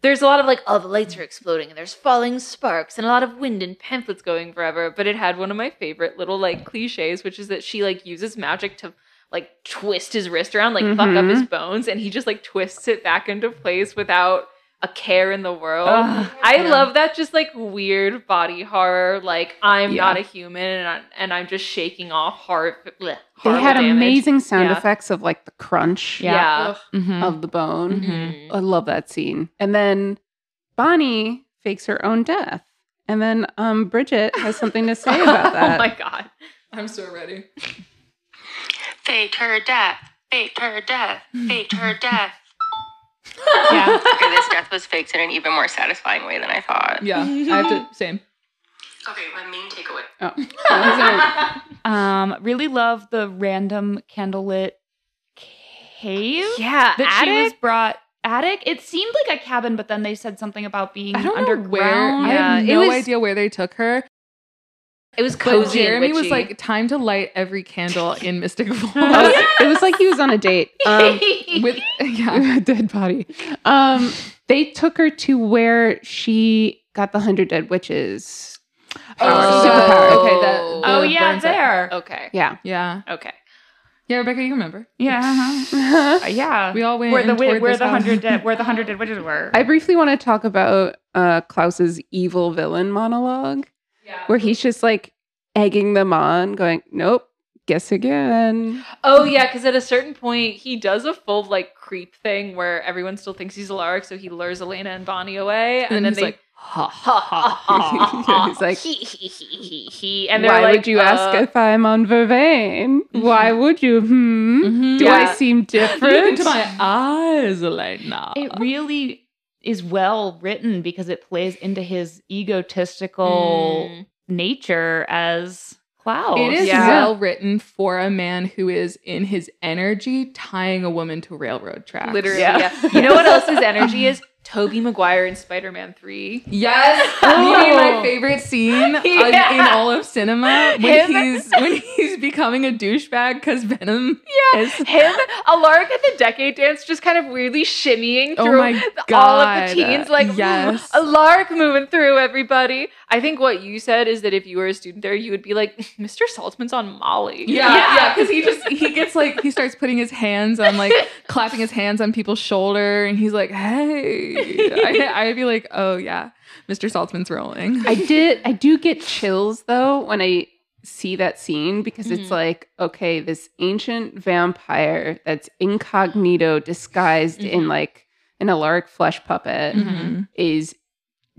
there's a lot of like, oh, the lights are exploding and there's falling sparks and a lot of wind and pamphlets going forever. But it had one of my favorite little like cliches, which is that she like uses magic to like twist his wrist around, like fuck up
Mhm.
his bones, and he just like twists it back into place without a care in the world.
Ugh,
I
yeah.
love that just like weird body horror, like I'm
Yeah.
not a human and I'm, and I'm just shaking off hard. Bleh,
They
horrible
had
damage.
amazing sound
Yeah.
effects of like the crunch
Yeah.
Yeah.
Mm-hmm.
Mhm.
of the bone.
Mhm.
I love that scene. And then Bonnie fakes her own death. And then um, Bridget has something to say about
oh
that.
my god.
I'm so ready.
Fake her death. Fake her death. Fake her death.
Yeah.
okay, this death was faked in an even more satisfying way than I thought.
Yeah. I have to. Same.
Okay, my main takeaway.
Oh.
um, really love the random candlelit cave
Yeah.
that she was
attic?
brought. Attic. It seemed like a cabin, but then they said something about being
I don't know
underground.
where. I have
Yeah, it
no
was
idea where they took her.
it was
But
cozy. and
Jeremy was
witchy.
like, time to light every candle in Mystic Falls
It was like he was on a date. Um,
with yeah.
a dead body. Um, they took her to where she got the hundred dead witches.
Oh.
Superpower.
okay. That,
Oh,
oh
the
yeah,
burns up.
there.
okay.
Yeah.
Yeah,
Okay.
yeah, Rebecca, you remember?
Yeah. uh-huh. Uh, yeah.
We all went
where the
and
wi-
toured
where
this
the
house.
hundred dead where the hundred dead witches were.
I briefly want to talk about uh, Klaus's evil villain monologue, where he's just like egging them on, going, "Nope, guess again."
Oh yeah, because at a certain point he does a full like creep thing where everyone still thinks he's Alaric, so he lures Elena and Bonnie away, and,
And,
then
he's
they
like, ha ha.
ha ha ha. ha,
He's like,
he, he, he, he, he. And they're
Why
like,
would you ask
uh, Mm-hmm.
if I'm on Vervain? Why would you? Hmm.
Mm-hmm.
Do I
Yeah.
seem
Look
different?
into my eyes, Elena.
it really is well written because it plays into his egotistical
mm,
nature as Klaus.
It is
Yeah.
well written for a man who is in his energy tying a woman to railroad tracks.
literally,
Yeah.
yeah. You know what else his energy is? Toby Maguire in Spider-Man 3.
Yes, maybe my favorite scene on-
Oh. Yeah.
in all of cinema when
Him-
he's when he's becoming a douchebag because Venom. is-
Him, Alaric at the Decade Dance, just kind of weirdly shimmying
Oh
through
my
the- all of
God.
the teens. Like,
Yes.
Alaric moving through everybody. I think what you said is that if you were a student there, you would be like, Mr. Saltzman's on Molly.
Yeah, yeah, because he just he gets like he starts putting his hands on like clapping his hands on people's shoulder, and he's like, "Hey," I, I'd be like, "Oh yeah, Mr. Saltzman's rolling."
I did. I do get chills though when I see that scene because
Mhm.
it's like, okay, this ancient vampire that's Mm-hmm. incognito, disguised in like an Alaric flesh puppet,
Mhm.
is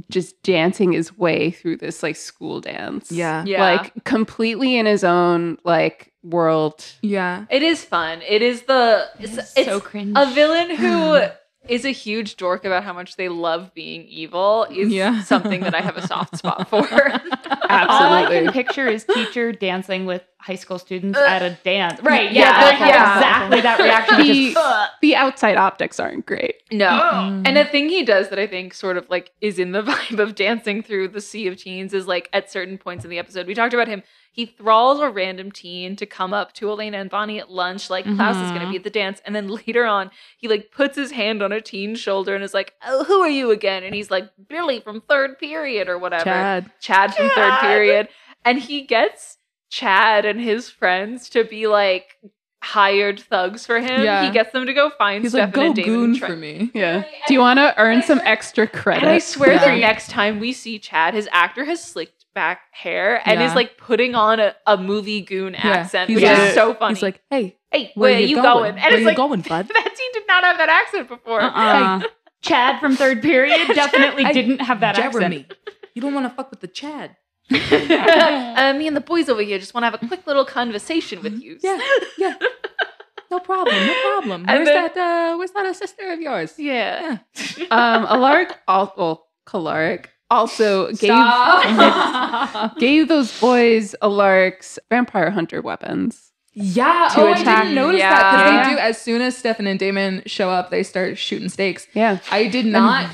just dancing his way through this like school dance.
Yeah.
Yeah.
Like completely in his own like world.
Yeah.
It is fun. It is the it's, it's
so cringe.
a villain who is a huge dork about how much they love being evil is
Yeah.
something that I have a soft spot for.
All I
Absolutely.
can picture is teacher dancing with high school students at a dance. Right.
yeah,
Yeah. I
that-
have
yeah.
Exactly that reaction. which is-
The, the outside optics aren't great.
Oh.
no.
Mm-hmm.
Mm.
Oh,
Mm-hmm.
And a thing he does that I think sort of like is in the vibe of dancing through the sea of teens is like at certain points in the episode, we talked about him. He thralls a random teen to come up to Elena and Bonnie at lunch, like Klaus is
Mm-hmm.
going to
Mhm.
be at the dance. And then later on, he like puts his hand on a teen's shoulder and is like, Oh, who are you again? And he's like, Billy from third period or whatever.
Chad.
Chad from third
Chad.
period. And he gets Chad and his friends to be like hired thugs for him.
Yeah.
He gets them to go find
He's like,
Stefan
go
and David
goon
and Trent.
for me.
Yeah. Do you want to earn some extra
And I
credit?
swear the
Yeah.
next time we see Chad, his actor has slicked back hair and is
Yeah.
like putting on a, a movie goon
Yeah.
accent,
He's
which
like-
is so funny.
He's like, hey,
hey,
where,
where, are you going?
where
And it's
you
like,
going, bud?
that he did not have that accent before.
Uh-uh. Chad from third period definitely
I-
didn't have that
Jeremy. You don't want to fuck with the Chad.
accent.
Uh, me and the boys over here just want to have a quick little conversation with you.
Yeah. Yeah. No problem. No problem.
And
Where's
then-
that? Uh, where's that sister of yours?
Yeah.
um, Alaric, al- well, Calaric also gave gave those boys Alaric's vampire hunter weapons.
Yeah.
to
oh, I
attack-
didn't notice
Yeah.
that because
Yeah.
they do. As soon as Stefan and Damon show up, they start shooting stakes.
Yeah.
I did not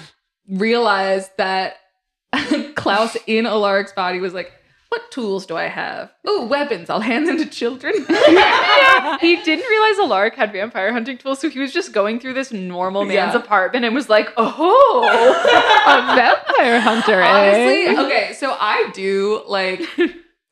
realize that Klaus in Alaric's body was like, "What tools do I have? Oh, weapons! I'll hand them to children."
he didn't realize Alaric had vampire hunting tools, so he was just going through this normal man's
Yeah.
apartment and was like, oh.
A vampire hunter,
Honestly,
eh?
okay, so I do like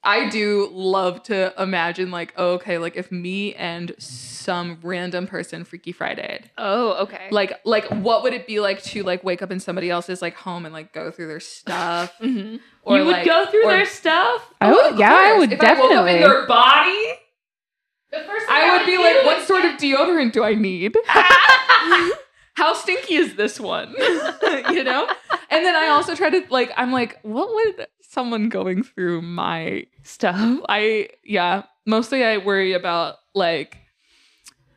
I do love to imagine like, oh, okay, like if me and some random person Freaky Friday.
oh, okay.
Like like what would it be like to like wake up in somebody else's like home and like go through their stuff? Or,
Mhm.
Mm-hmm. you would
like-
go through
or-
their stuff?
I would, yeah, I
course.
would
If I woke up in
definitely.
their
body? The first
I would be like, what sort of deodorant do I need? How stinky is this one? you know? And then I also try to like I'm like, what would someone going through my
Stuff.
I yeah, mostly I worry about like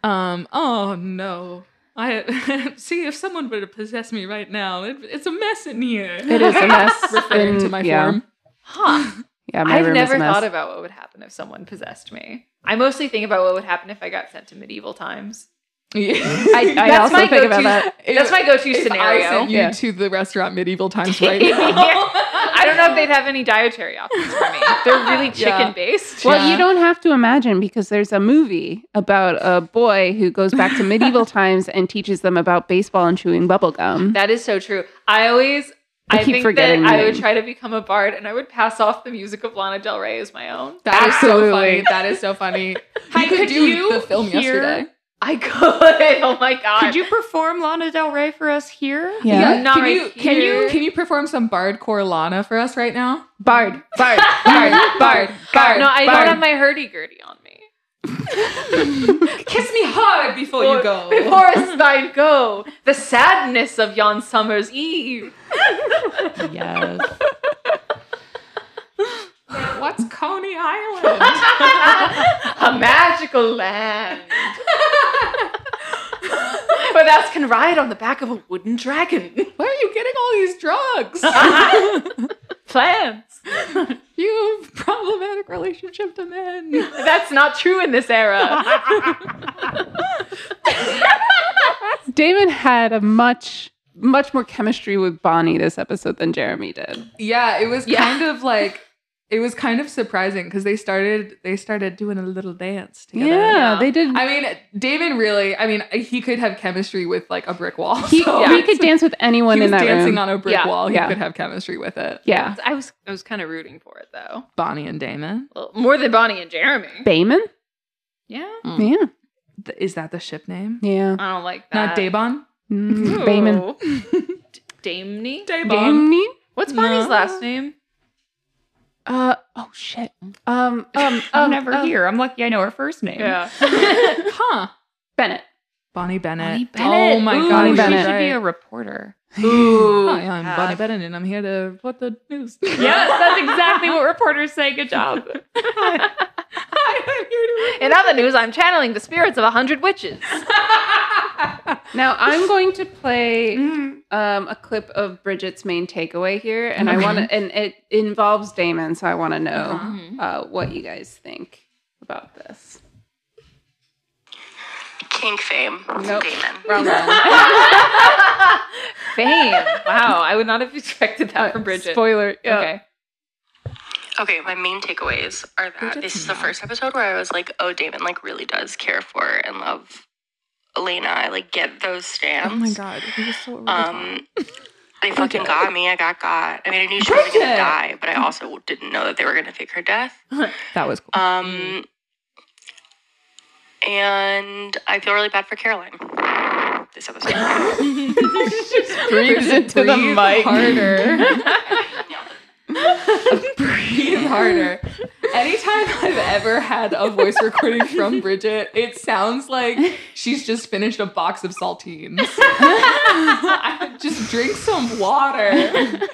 um oh no. I see if someone were to possess me right now, it, it's a mess in here.
it is a mess.
referring to
and-
my
yeah.
form.
Huh.
Yeah, my
I've
room is
never
a mess.
thought about what would happen if someone possessed me. I mostly think about what would happen if I got sent to medieval times.
I, I
That's
also
my
think about
go-to-
that.
That's my go-to
if I
scenario.
sent you
Yeah.
to the restaurant medieval times right
Yeah.
now.
I don't know if they'd have any dietary options for me. They're really
Yeah.
chicken based.
Well,
Yeah.
you don't have to imagine because there's a movie about a boy who goes back to medieval times and teaches them about baseball and chewing bubblegum.
That is so true. I always
I
I,
keep
think
forgetting
that
the
I would
name.
try to become a bard and I would pass off the music of Lana Del Rey as my own.
That is so funny.
Absolutely.
That is so funny.
Hi,
You could,
could
do
you
the film
hear-
yesterday.
I could. Oh my god.
Could you perform Lana Del Rey for us here?
Yeah.
Not
can
right
you can
here.
you can you perform some bardcore Lana for us right now?
Bard, Bard,
Bard, bard, bard.
No,
bard.
I don't have my hurdy gurdy on me.
Kiss me hard before you go.
Before as thine go, the sadness of yon summer's eve.
Yes.
What's Coney Island?
a magical land. Where thou can ride on the back of a wooden dragon.
Where are you getting all these drugs?
Plants.
you problematic relationship to men.
That's not true in this era.
Damon had a much, much more chemistry with Bonnie this episode than Jeremy did.
Yeah, it was
Yeah.
kind of like it was kind of surprising because they started they started doing a little dance
Yeah,
together.
they did.
I mean, Damon really. I mean, he could have chemistry with like a brick wall.
he,
so
he could dance with anyone
he
in
was
that
dancing
room.
on a brick
Yeah.
wall. He
Yeah.
could have chemistry with it.
yeah,
I was I was kind of rooting for it though.
Bonnie and Damon.
Well, more than Bonnie and Jeremy.
Bayman.
Yeah.
Yeah,
Th- Is that the ship name?
yeah.
I don't like that.
Not Daybon.
Mm, Bayman.
Damney?
Damney?
What's Bonnie's
No.
last name?
Uh oh shit. Um um
I'm
um,
never
um,
here. I'm lucky I know her first name.
Yeah.
Huh.
Bennett.
Bonnie Bennett.
Bonnie Bennett.
Oh my
Ooh,
god,
she
Bennett.
should be a reporter.
Ooh.
Hi, I'm
Yeah.
Bonnie Bennett, and I'm here to report the news.
yes, that's exactly what reporters say. Good job.
In other news, I'm channeling the spirits of a hundred witches.
Now I'm going to play
Mm-hmm.
um, a clip of Bridget's main takeaway here, and I want to, and it involves Damon, so I want to know
Oh Uh-huh.
uh, what you guys think about this.
Kink fame.
Nope.
Damon.
Wrong one.
Fame. Wow, I would not have expected that from Bridget.
Spoiler.
uh,
yeah.
Okay.
Okay, my main takeaways are that this is the first episode where I was like, oh, Damon like really does care for and love Elena. I like get those stamps.
oh my god, he was so.
Um, they fucking got me. I got got. I mean, I knew she was gonna die, but I also didn't know that they were gonna fake her death.
that was cool. Mm.
Um, and I feel really bad for Caroline. This episode.
Breathe into the mic harder. breathe harder. Anytime I've ever had a voice recording from Bridget, it sounds like she's just finished a box of saltines. I just drink some water.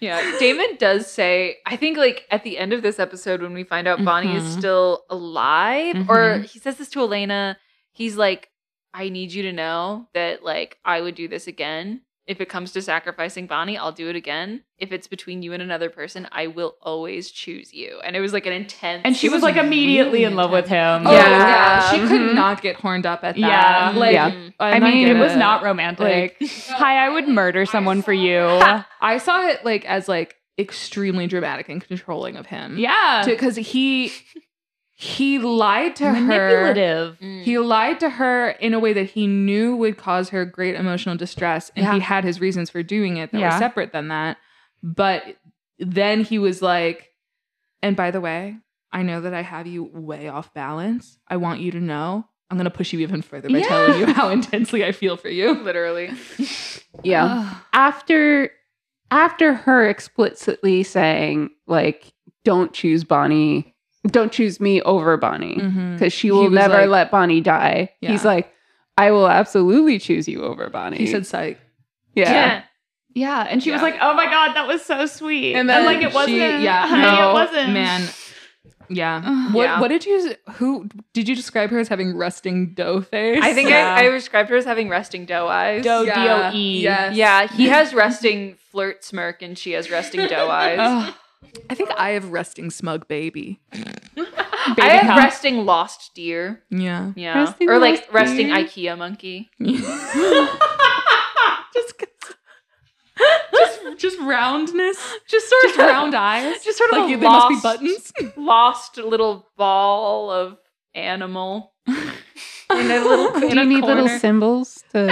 Yeah, Damon does say, I think like at the end of this episode when we find out Bonnie is
Mm-hmm.
Mhm.
still alive, or
Mhm.
he says this to Elena, he's like, I need you to know that like I would do this again. If it comes to sacrificing Bonnie, I'll do it again. If it's between you and another person, I will always choose you. And it was like an intense
And she
She
was,
was
like immediately
really
in love with him.
Oh, yeah.
she
Mhm.
could not get horned up at that.
Yeah.
like
Yeah.
Mm.
Mm-hmm. I mean, it
get
was not romantic. Hi, I would murder someone for you. yeah.
I saw it like as like extremely dramatic and controlling of him. because he he lied to her.
Manipulative.
Mm.
He lied to her in a way that he knew would cause her great emotional distress, and
Yeah.
he had his reasons for doing it that
Yeah.
were separate than that. But then he was like, "And by the way, I know that I have you way off balance. I want you to know." I'm gonna push you even further by
Yeah.
telling you how intensely I feel for you.
literally.
Yeah. after after her explicitly saying like don't choose bonnie don't choose me over bonnie because
Mhm.
she
He
will
was
never
like-
let bonnie die
Yeah.
he's like i will absolutely choose you over bonnie
He said, "Psych."
yeah,
Yeah, and she was
Yeah.
like, "Oh my god, that was so sweet,"
And
and,
then
like it wasn't.
she- yeah,
honey,
no,
it wasn't.
man. Yeah.
Ugh.
What
Yeah.
What did you? Who did you describe her as having resting dough face?
I think
Yeah.
I, I described her as having resting doe E. eyes.
Doe,
Yeah.
D-O-E.
Yes.
Yeah, he has resting flirt smirk and she has resting doe eyes.
Ugh,
I think I have resting smug baby.
I
baby
have
cow.
resting lost deer.
Yeah.
Yeah.
Resting
or like
lost
resting
deer.
IKEA monkey.
just, 'cause- just, just roundness.
Just sort
Just
of
round eyes.
Just sort of
like
a
you- they must be
lost-
buttons.
lost little ball of animal. in a little in
do
a
you need little
corner.
symbols to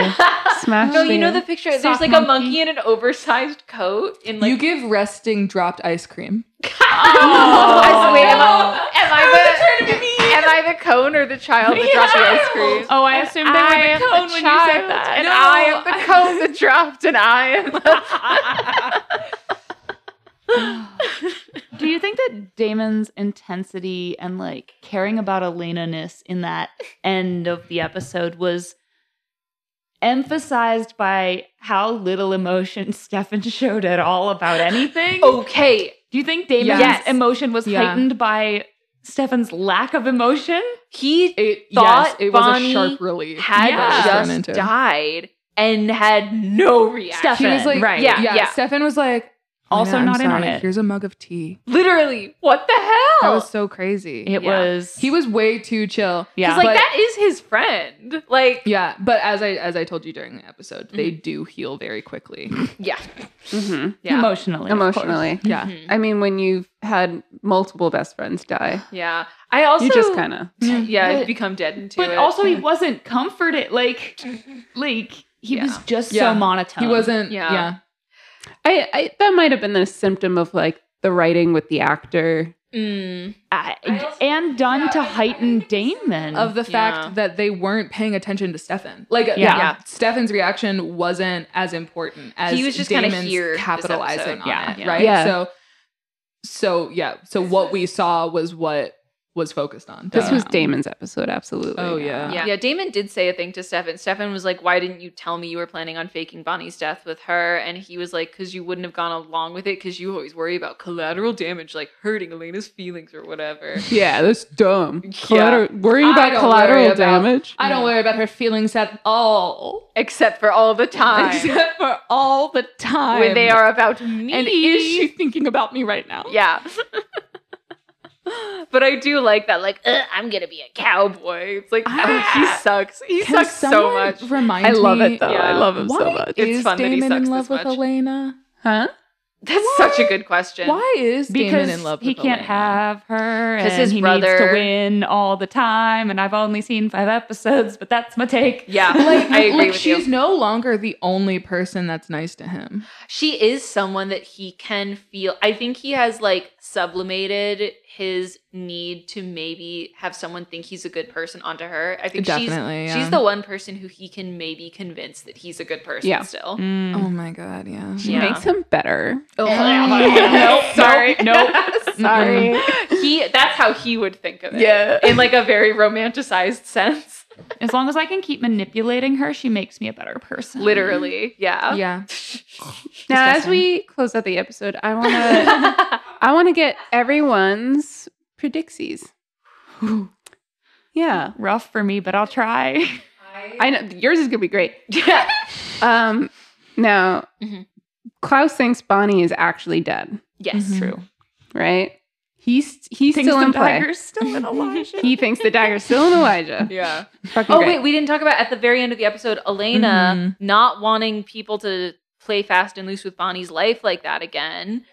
smash
No, you know
the-
the picture.
Sock
There's like a
monkey.
monkey in an oversized coat in like
you give resting dropped ice cream.
I swear, am I, Oh. am I the am I the cone or the child that dropped the ice cream?
Oh, I assumed they
I
were
am
the cone when you said
child,
that.
And I am the cone that dropped, and I am.
Do you think that Damon's intensity and like caring about Elena ness in that end of the episode was emphasized by how little emotion Stefan showed at all about anything?
okay.
Do you think Damon's
Yes.
emotion was
Yeah.
heightened by Stefan's lack of emotion?
He
It
Thought
yes, it
Bonnie
was a sharp relief.
had
Yeah.
Thrown
just
into.
died and had no reaction.
He was
Stefan,
like,
right. Oh
yeah, yeah.
yeah.
Stefan was like,
Also
"Elena, I'm
not in on
sorry,
it."
Here's a mug of tea.
Literally, what the
That
hell?
was so crazy.
It
Yeah.
was
he was way too chill.
yeah.
He's like,
but-
that is his friend. Like,
Yeah, but as I as I told you during the episode, they do heal very quickly.
yeah,
Mhm.
yeah,
emotionally. of course.
emotionally
Yeah.
Mhm.
i mean when you've had multiple best friends die
yeah. I also
you just kind of
yeah
But-
become dead into
But
it.
also he wasn't comforted like like he
Yeah.
was just
Yeah.
so monotone.
He wasn't.
Yeah.
Yeah.
I, I that might have been a symptom of like the writing with the actor
Mm.
Uh, and done to heighten Damon.
Of the fact
Mm. Yeah.
that they weren't paying attention to Stefan. Like, yeah.
Yeah.
Stefan's reaction wasn't as important as
was just kinda
Damon's
here this
capitalizing
episode.
on
Yeah.
it,
Yeah.
right?
Yeah.
So, so yeah. So what we saw was what was focused on. Um,
This
Duh.
was Damon's episode, absolutely.
Oh, yeah.
Yeah. Damon did say a thing to Stefan. Stefan was like, Why didn't you tell me you were planning on faking Bonnie's death with her? And he was like, Because you wouldn't have gone along with it because you always worry about collateral damage, like hurting Elena's feelings or whatever.
Yeah, that's dumb.
Yeah.
Collateral, worrying
I
about
don't
collateral
worry about-
damage.
I don't worry about her feelings at all.
Except for all the time
Except for all the time.
when they are about me.
And is she thinking about me right now?
Yeah. but I do like that, like, "Ugh, Uh, I'm going to be a cowboy. It's like,
I-
oh, he sucks. He
Can
sucks so
someone
much.
Remind
I love
me-
it though.
Yeah.
I love him so
Why
much.
It's
is
fun that he
Damon in
sucks
love
this
with
much.
Elena?
Huh?
That's such a good question.
Why is
because
Damon in love?
he
with
can't
Elena?
have her
'Cause
and
his
he needs
brother-
to win all the time and i've only seen five episodes but that's my take
Yeah,
Like,
I agree
like,
with you.
she's no longer the only person that's nice to him.
she is someone that he can feel. I think he has like sublimated his need to maybe have someone think he's a good person onto her. I think
Definitely,
she's
yeah.
she's the one person who he can maybe convince that he's a good person
Yeah.
still.
Mm.
Oh my god, yeah.
She
Yeah.
makes him better.
Oh,
nope, sorry.
nope.
sorry. he that's how he would think of it.
Yeah.
In like a very romanticized sense.
as long as i can keep manipulating her she makes me a better person
Literally. Yeah.
Yeah.
Now, as
Disgusting.
we close out the episode, I want to I want to get everyone's predictions. Yeah,
rough for me but i'll try
I know yours is gonna be great.
yeah.
Um, now
Mhm.
Klaus thinks Bonnie is actually dead,
Yes.
Mhm.
True.
right? He's he's
Thinks
still
the
in play.
dagger's still in elijah
He thinks the dagger's still in Elijah.
Yeah.
Fucking
Oh
great.
wait, we didn't talk about at the very end of the episode Elena not wanting people to play fast and loose with Bonnie's life like that again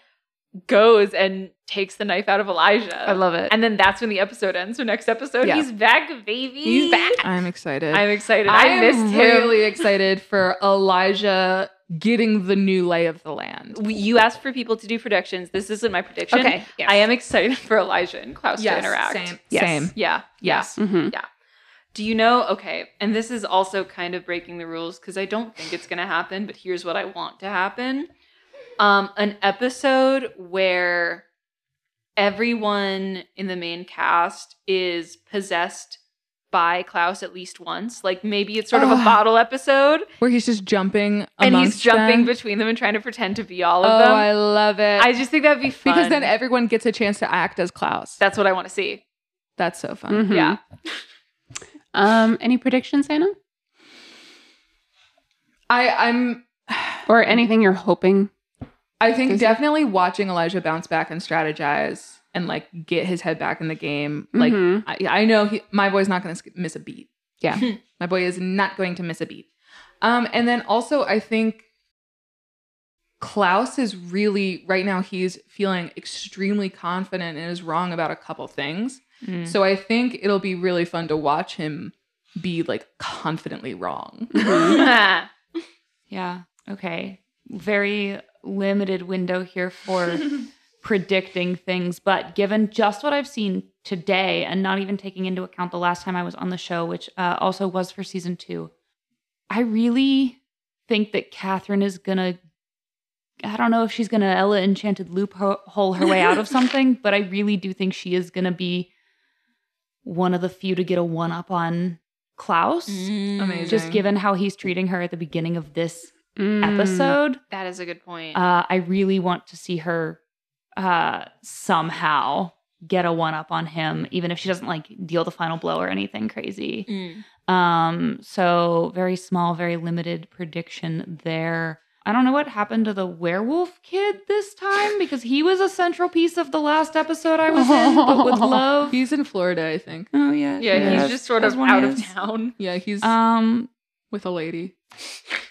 goes and takes the knife out of Elijah.
I love it.
and then that's when the episode ends. So next episode,
Yeah.
he's back, baby.
He's back. I'm excited.
I'm excited.
I
I, missed
am
him.
really excited for Elijah getting the new lay of the land.
We- You asked for people to do predictions. This isn't my prediction.
Okay. yes.
I am excited for Elijah and Klaus to interact.
Same.
Yes.
Same.
Yeah. Yeah.
Yes.
Mhm.
Do you know? Okay, and this is also kind of breaking the rules because I don't think it's going to happen, but here's what I want to happen um, an episode where everyone in the main cast is possessed by Klaus at least once. Like maybe it's sort of a
Ugh.
bottle episode
Where he's just jumping
and he's
amongst
jumping
them.
between them and trying to pretend to be all
Oh,
of them. I,
I love it.
just think that'd be fun.
because then everyone gets a chance to act as Klaus.
that's what I want to see.
That's so fun.
Mhm.
Yeah.
Um, any predictions, Anna,
I I'm
or anything you're hoping?
I think
Does he-
definitely watching Elijah bounce back and strategize and like get his head back in the game. Like
Mm-hmm.
Mhm.
I, I know he, my boy's not going to miss a beat. Yeah, my boy is not going to miss a beat. Um, and then also I think Klaus is really right now he's feeling extremely confident and is wrong about a couple things.
Mm.
So I think it'll be really fun to watch him be like confidently wrong.
Yeah. Okay. Very limited window here for predicting things, but given just what I've seen today and not even taking into account the last time I was on the show, which uh, also was for season two, I really think that Catherine is going to. I don't know if she's going to Ella Enchanted loophole her way out of something, but I really do think she is going to be one of the few to get a one up on Klaus
Mm.
Amazing.
just given how he's treating her at the beginning of this
Mm.
episode
That is a good point.
uh, i really want to see her uh, somehow get a one up on him even if she doesn't like deal the final blow or anything crazy
Mm.
um, so very small very limited prediction there i don't know what happened to the werewolf kid this time because he was a central piece of the last episode i was in but with love
he's in Florida, I think.
oh yeah
Yeah,
as-
he's just sort
as
of
one
out
is.
of town.
Yeah, he's
um
with a lady.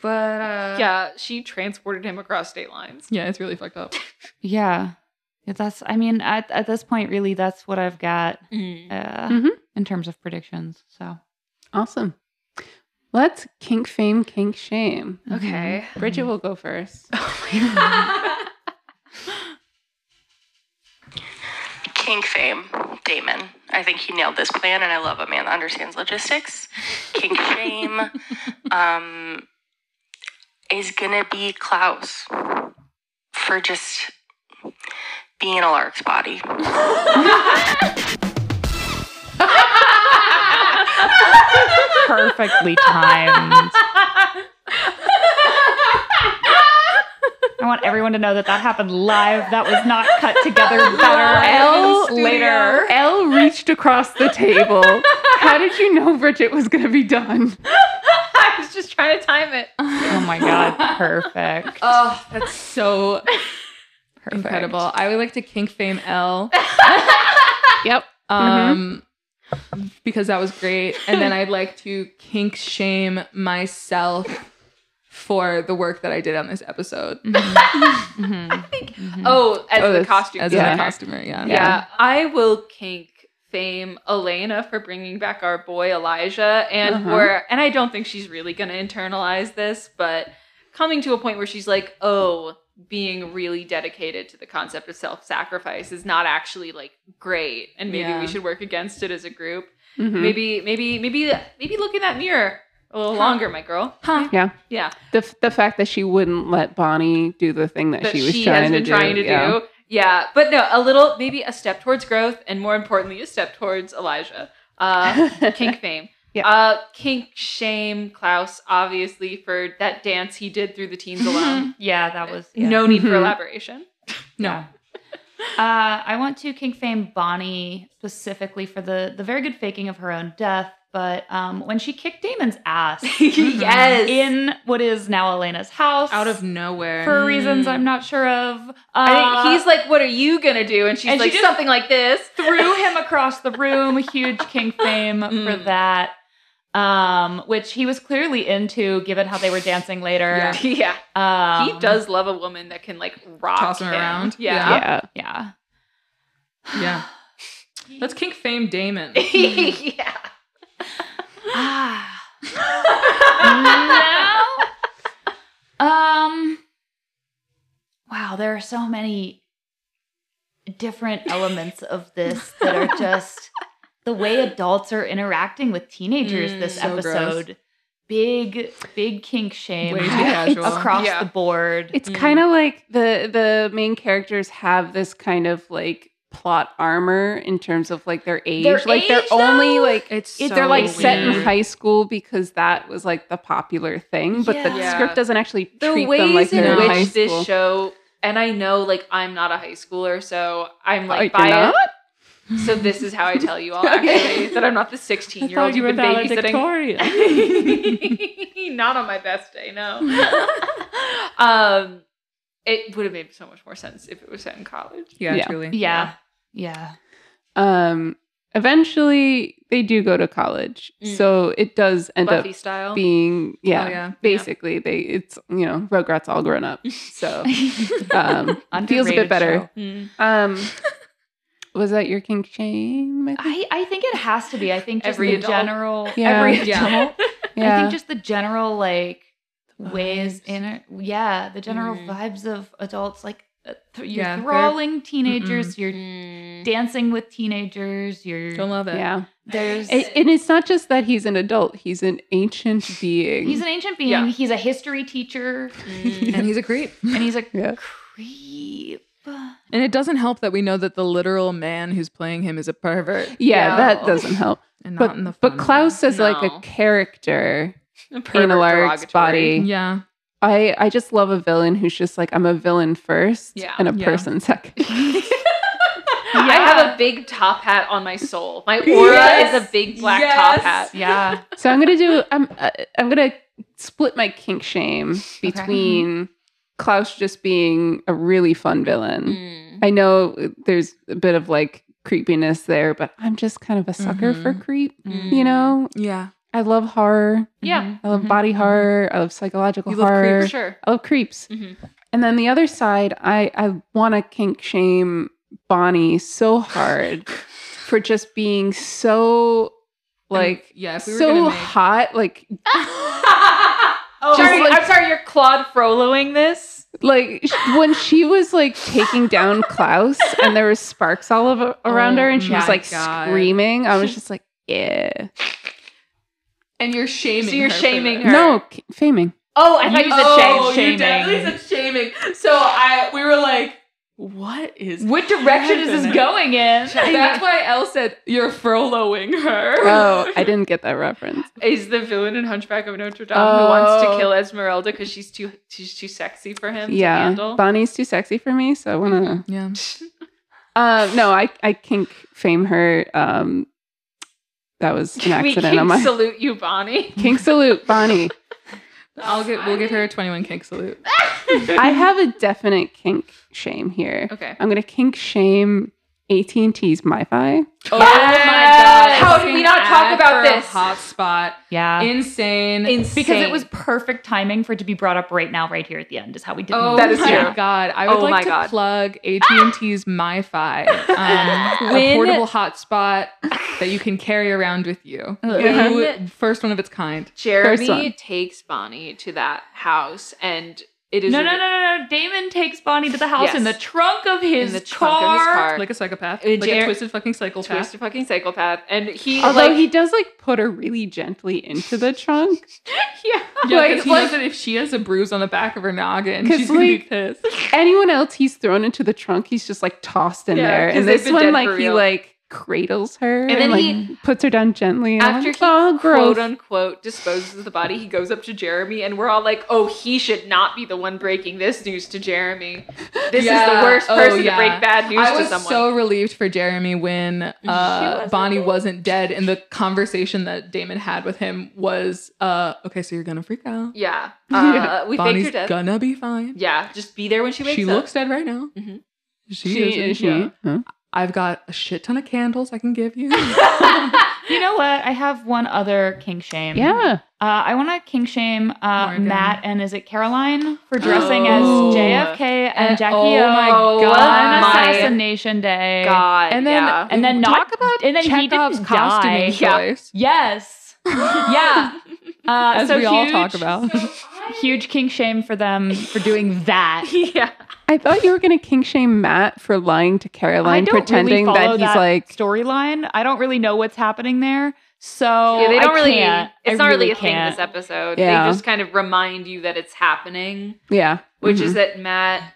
but uh
Yeah, she transported him across state lines.
Yeah, it's really fucked up.
Yeah. Yeah, That's, I mean, at, at this point, really, that's what I've got
Mm.
uh,
Mhm.
in terms of predictions. So,
Awesome. Let's kink fame, kink shame.
Okay.
Bridget will go first.
King fame, Damon. I think he nailed this plan, and I love a man that understands logistics. King shame um, is gonna be Klaus for just being a lark's body.
Mm-hmm.
perfectly timed. I want everyone to know that that happened live. That was not cut together better.
L later. L reached across the table.
Oh
How did you know Bridget was going to be done?
I was just trying to time it.
Oh my god, perfect.
Oh, that's so
perfect.
incredible. I would like to kink fame L.
Yep.
Um because that was great. And then I'd like to kink shame myself for the work that I did on this episode.
Mhm. Mhm.
Oh, as
Oh,
the
that's-
costume.
As
designer.
a costumer, yeah.
Yeah. I will kink fame Elena for bringing back our boy Elijah and
Uh-huh.
for and I don't think she's really going to internalize this, but coming to a point where she's like, "Oh, being really dedicated to the concept of self-sacrifice is not actually like great and maybe
Yeah. Hmm.
we should work against it as a group."
Mhm.
Maybe maybe maybe maybe look in that mirror a little longer, my girl.
Huh.
Yeah.
Yeah.
The, f- the fact that she wouldn't let Bonnie do the thing that,
that
she was
she
trying
has been
to
trying
do.
to
yeah.
do. Yeah, but no, a little, maybe a step towards growth, and more importantly, a step towards Elijah. Uh, kink fame.
Yeah.
Uh, kink shame Klaus, obviously, for that dance he did through the teens alone.
Yeah, that was yeah.
No need for
Mhm.
elaboration.
No. uh, I want to king fame Bonnie specifically for the the very good faking of her own death, but um, when she kicked Damon's ass
yes.
in what is now Elena's house
Out of nowhere.
for reasons I'm not sure of. Uh,
I think he's like, "What are you gonna do?" And she's
and she
like,
just-
"Something like this."
threw him across the room. Huge king fame for
Mm.
that. Um, which he was clearly into, given how they were dancing later.
yeah,
Um,
he does love a woman that can like rock
Toss him around.
Yeah.
Yeah.
Yeah.
Yeah. Let's kink fame Damon.
yeah.
Mm. Ah. Mm. no. Um. Wow, there are so many different elements of this that are just the way adults are interacting with teenagers.
Mm,
this
so gross.
episode, big, big kink shame
Way too
Yeah.
casual.
across
Yeah.
the board.
It's kind of like the the main characters have this kind of like plot armor in terms of like their age.
Their
like they're
age,
only
though?
like
It's
it- they're like set in
weird.
high school because that was like the popular thing, but the
Yeah.
script doesn't actually
the
treat
ways
them like
in
they're in
which
high
this
school.
show and i know like i'm not a high schooler so i'm like
Oh, you're
biased
not?
so this is how i tell you all
Okay.
actually that i'm not the 16 year old you've been babysitting not on my best day no um it would have made so much more sense if it was set in college
Yeah,
Yeah.
truly.
yeah, yeah.
Um, eventually they do go to college,
Mm.
so it does end
buffy
up
style
being yeah,
Oh, yeah.
basically they it's you know Rugrats all grown up, so um, feels a
Underrated
bit better.
show.
Mm.
Um, was that your kink shame?
I, I think it has to be. I think just
Every
the
adult.
general
Yeah.
every
Yeah.
adult.
yeah.
I think just the general like ways
vibes.
in it. Yeah, the general
Mm.
vibes of adults. Like uh, th- you're
Yeah, they're-
thralling teenagers. You're
Mm.
dancing with teenagers. You're
Don't love it.
yeah.
there's.
It, and it's not just that he's an adult; he's an ancient being.
he's an ancient being.
Yeah.
He's a history teacher,
Mm.
And he's a creep.
and he's a
Yeah.
creep.
And it doesn't help that we know that the literal man who's playing him is a pervert.
yeah,
Yeah.
that doesn't help.
And not
But
in the
but
fun
Klaus is like
Um, No.
a character in
Pervert
Alaric's
derogatory.
way.
body.
Yeah.
I I just love a villain who's just like I'm a villain first
Yeah.
and a
Yeah.
person second.
I have a big top hat on my soul. My aura is a big black top
Yes.
hat.
Yeah,
so I'm gonna do I'm uh, I'm gonna split my kink shame between Klaus just being a really fun villain.
Mm.
I know there's a bit of like creepiness there, but I'm just kind of a sucker for
Mm-hmm.
creep. You know,
Yeah.
I love horror.
Mm.
Mm-hmm.
Yeah. Mm-hmm.
I love body horror. I love psychological
You love creep,
horror.
For sure.
I love Oh, creeps.
Mhm.
Mm-hmm.
And then the other side, I I want to kink shame Bonnie so hard for just being so like
yeah, if we were
so
gonna make-
hot, like
oh,
Just
sorry,
like-
I'm sorry, you're Claude Frolloing this.
like sh- when she was like taking down Klaus and there was sparks all over around
Oh
her and she was
my
like
God.
screaming. I was just like, yeah.
And you're shaming.
So you're
her for
shaming
this.
her.
No, k- faming.
Oh, I thought you said
Oh,
shame
you
shaming.
definitely
said shaming. So I we were like,
what is
What direction is this
happening?
going in?
That's why Elle said you're furloughing her.
Oh, I didn't get that reference.
is the villain in Hunchback of Notre Dame who wants to
Oh.
kill Esmeralda because she's too she's too sexy for him to
Yeah,
handle.
Bonnie's too sexy for me, so I want to.
Yeah.
Uh, no, I I kink fame her. Um, that was an
we
accident
can
on my
salute you, Bonnie.
kink salute, Bonnie.
I'll get we'll give her a 21 kink salute.
I have a definite kink shame here.
Okay.
I'm gonna kink shame AT and T's MiFi.
Oh
Yes! How did we not talk
Ad
about
for a
this?
Hot spot.
yeah.
Insane.
because it was perfect timing for it to be brought up right now, right here at the end, is how we did
Oh
That is
my
true.
god! I would
Oh my
like to
God.
plug AT&T's MiFi, um, a
When-
portable hotspot that you can carry around with you.
When-
Ooh, First one of its kind.
First one.
Jeremy takes Bonnie to that house, and it is
No,
a-
no, no, no, no. Damon takes Bonnie to the house
Yes.
in the trunk of his,
in the trunk
car.
of his car.
Like a psychopath,
Uh,
like
Jer-
a twisted fucking psychopath.
twist a fucking psychopath, and he
Although
like
he does like put her really gently into the trunk.
yeah,
Yeah,
Like-
because he
like-
knows that if she has a bruise on the back of her noggin,
'Cause,
she's gonna be
like,
pissed.
Anyone else he's thrown into the trunk, he's just like tossed in
Yeah,
there.
'cause
And
they've
this
been
one,
dead
like
for
he
real.
like cradles her and,
And then
like
he-
puts her down gently. And I'm
After
like,
he
"Aw, gross."
quote unquote disposes of the body, he goes up to Jeremy, and we're all like, "Oh, he should not be the one breaking this news to Jeremy. This is the
Yeah.
worst
Oh,
person
yeah.
to break bad news
I was
to someone."
so relieved for Jeremy when uh, Bonnie wasn't dead, and the conversation that Damon had with him was, uh, "Okay, so you're gonna freak out.
yeah, uh,
Yeah.
we faked
Bonnie's
her death.
gonna be fine.
yeah, just be there when she wakes
she
up.
looks dead right now.
Mhm.
She,
she
isn't.
is she.
Yeah.
huh?
I've got a shit ton of candles I can give you.
You know what? I have one other kink shame.
Yeah.
Uh, I want to kink shame uh,
Morgan.
Matt and is it Caroline for dressing
Oh.
as JFK and
And-
Jackie
oh
O
my
on
God.
Assassination Day.
God,
and then
yeah.
And then
talk
not-
about
and then he
Chekhov's
didn't
costuming
die.
Yeah.
choice,
Yes. yeah. Uh,
as
so
we all
huge-
talk about.
Huge kink shame for them for doing that.
yeah,
I thought you were gonna kink shame Matt for lying to
I
Caroline,
don't
pretending
really
that
follow
he's like
storyline. I don't really know what's happening there. So
oh,
yeah, they don't
I
really.
can't.
It's
I
not really, a
can't.
thing this episode.
Yeah.
They just kind of remind you that it's happening.
Yeah.
which
Mhm.
is that Matt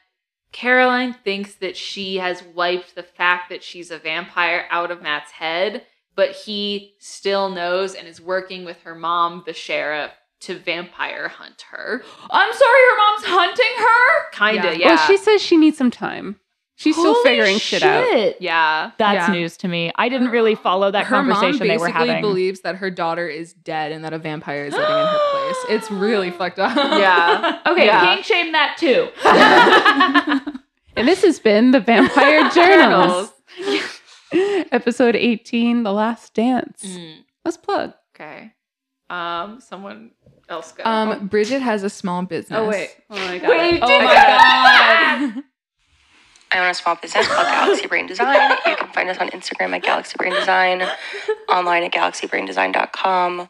Caroline thinks that she has wiped the fact that she's a vampire out of Matt's head, but he still knows and is working with her mom, the sheriff, to vampire hunt her.
I'm sorry, her mom's hunting her.
Kinda, yeah.
Yeah.
Well, she says she needs some time. She's still
Holy
figuring shit out.
yeah.
That's
Yeah.
news to me. I didn't really follow that
her mom basically
conversation they were having.
believes that her daughter is dead and that a vampire is living in her place. It's really fucked up.
Yeah.
okay,
Yeah.
kink shame that too.
And this has been the Vampire Journals,
Journals.
episode 18, The Last Dance.
Mm,
Let's plug.
okay. Um, someone else go.
Um, Bridget has a small business.
oh wait. Oh my god.
Wait,
oh
did
my
that?
god.
I own a small business called Galaxy Brain Design. You can find us on Instagram at Galaxy Brain Design, online at galaxybraindesign.com,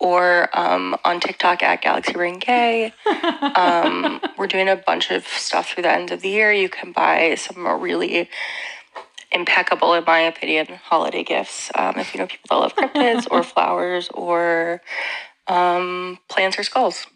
or um, on TikTok at Galaxy Brain K. Um, we're doing a bunch of stuff through the end of the year. You can buy some really impeccable, in my opinion, holiday gifts um, if you know people that love cryptids or flowers or um, plants or skulls.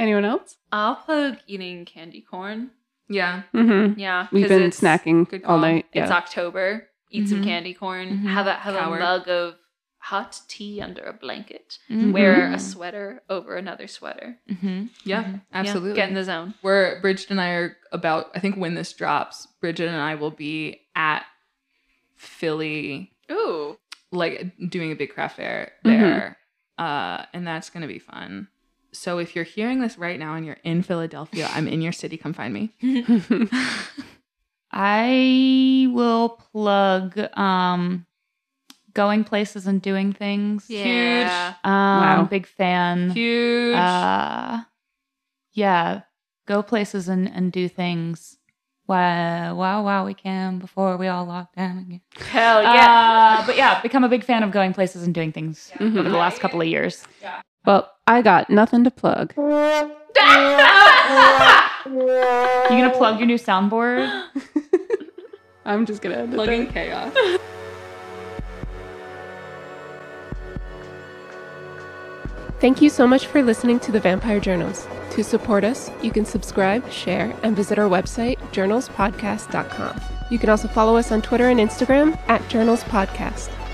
Anyone else?
I'll plug eating candy corn.
Yeah.
Mm-hmm.
Yeah.
We've
'cause
been
it's-
snacking
good
all
call.
night.
It's
Yeah.
October. Eat some
Mhm.
candy corn.
Mhm.
Have a have
Coward.
a mug of hot tea under a blanket. Wear a sweater over another sweater.
Mm-hmm. Yeah. Absolutely.
Yeah, get in the zone.
Where Bridget and I are about, I think when this drops, Bridget and I will be at Philly,
Ooh.
like doing a big craft fair
Mhm.
there, uh, and that's gonna be fun. So if you're hearing this right now and you're in Philadelphia, I'm in your city. Come find me.
I will plug um going places and doing things.
Yeah.
Um
Wow.
big fan.
Huge.
Uh, yeah, go places and, and do things. Wow, wow, wow, we can before we all lock down again.
Hell yeah.
Uh, but yeah, become a big fan of going places and doing things
Mhm.
over the last couple of years.
Well, I got nothing to plug.
You gonna plug your new soundboard?
I'm just going to end it there.
Plugging chaos.
Thank you so much for listening to The Vampire Journals. To support us, you can subscribe, share, and visit our website, journalspodcast.com. You can also follow us on Twitter and Instagram at journalspodcast.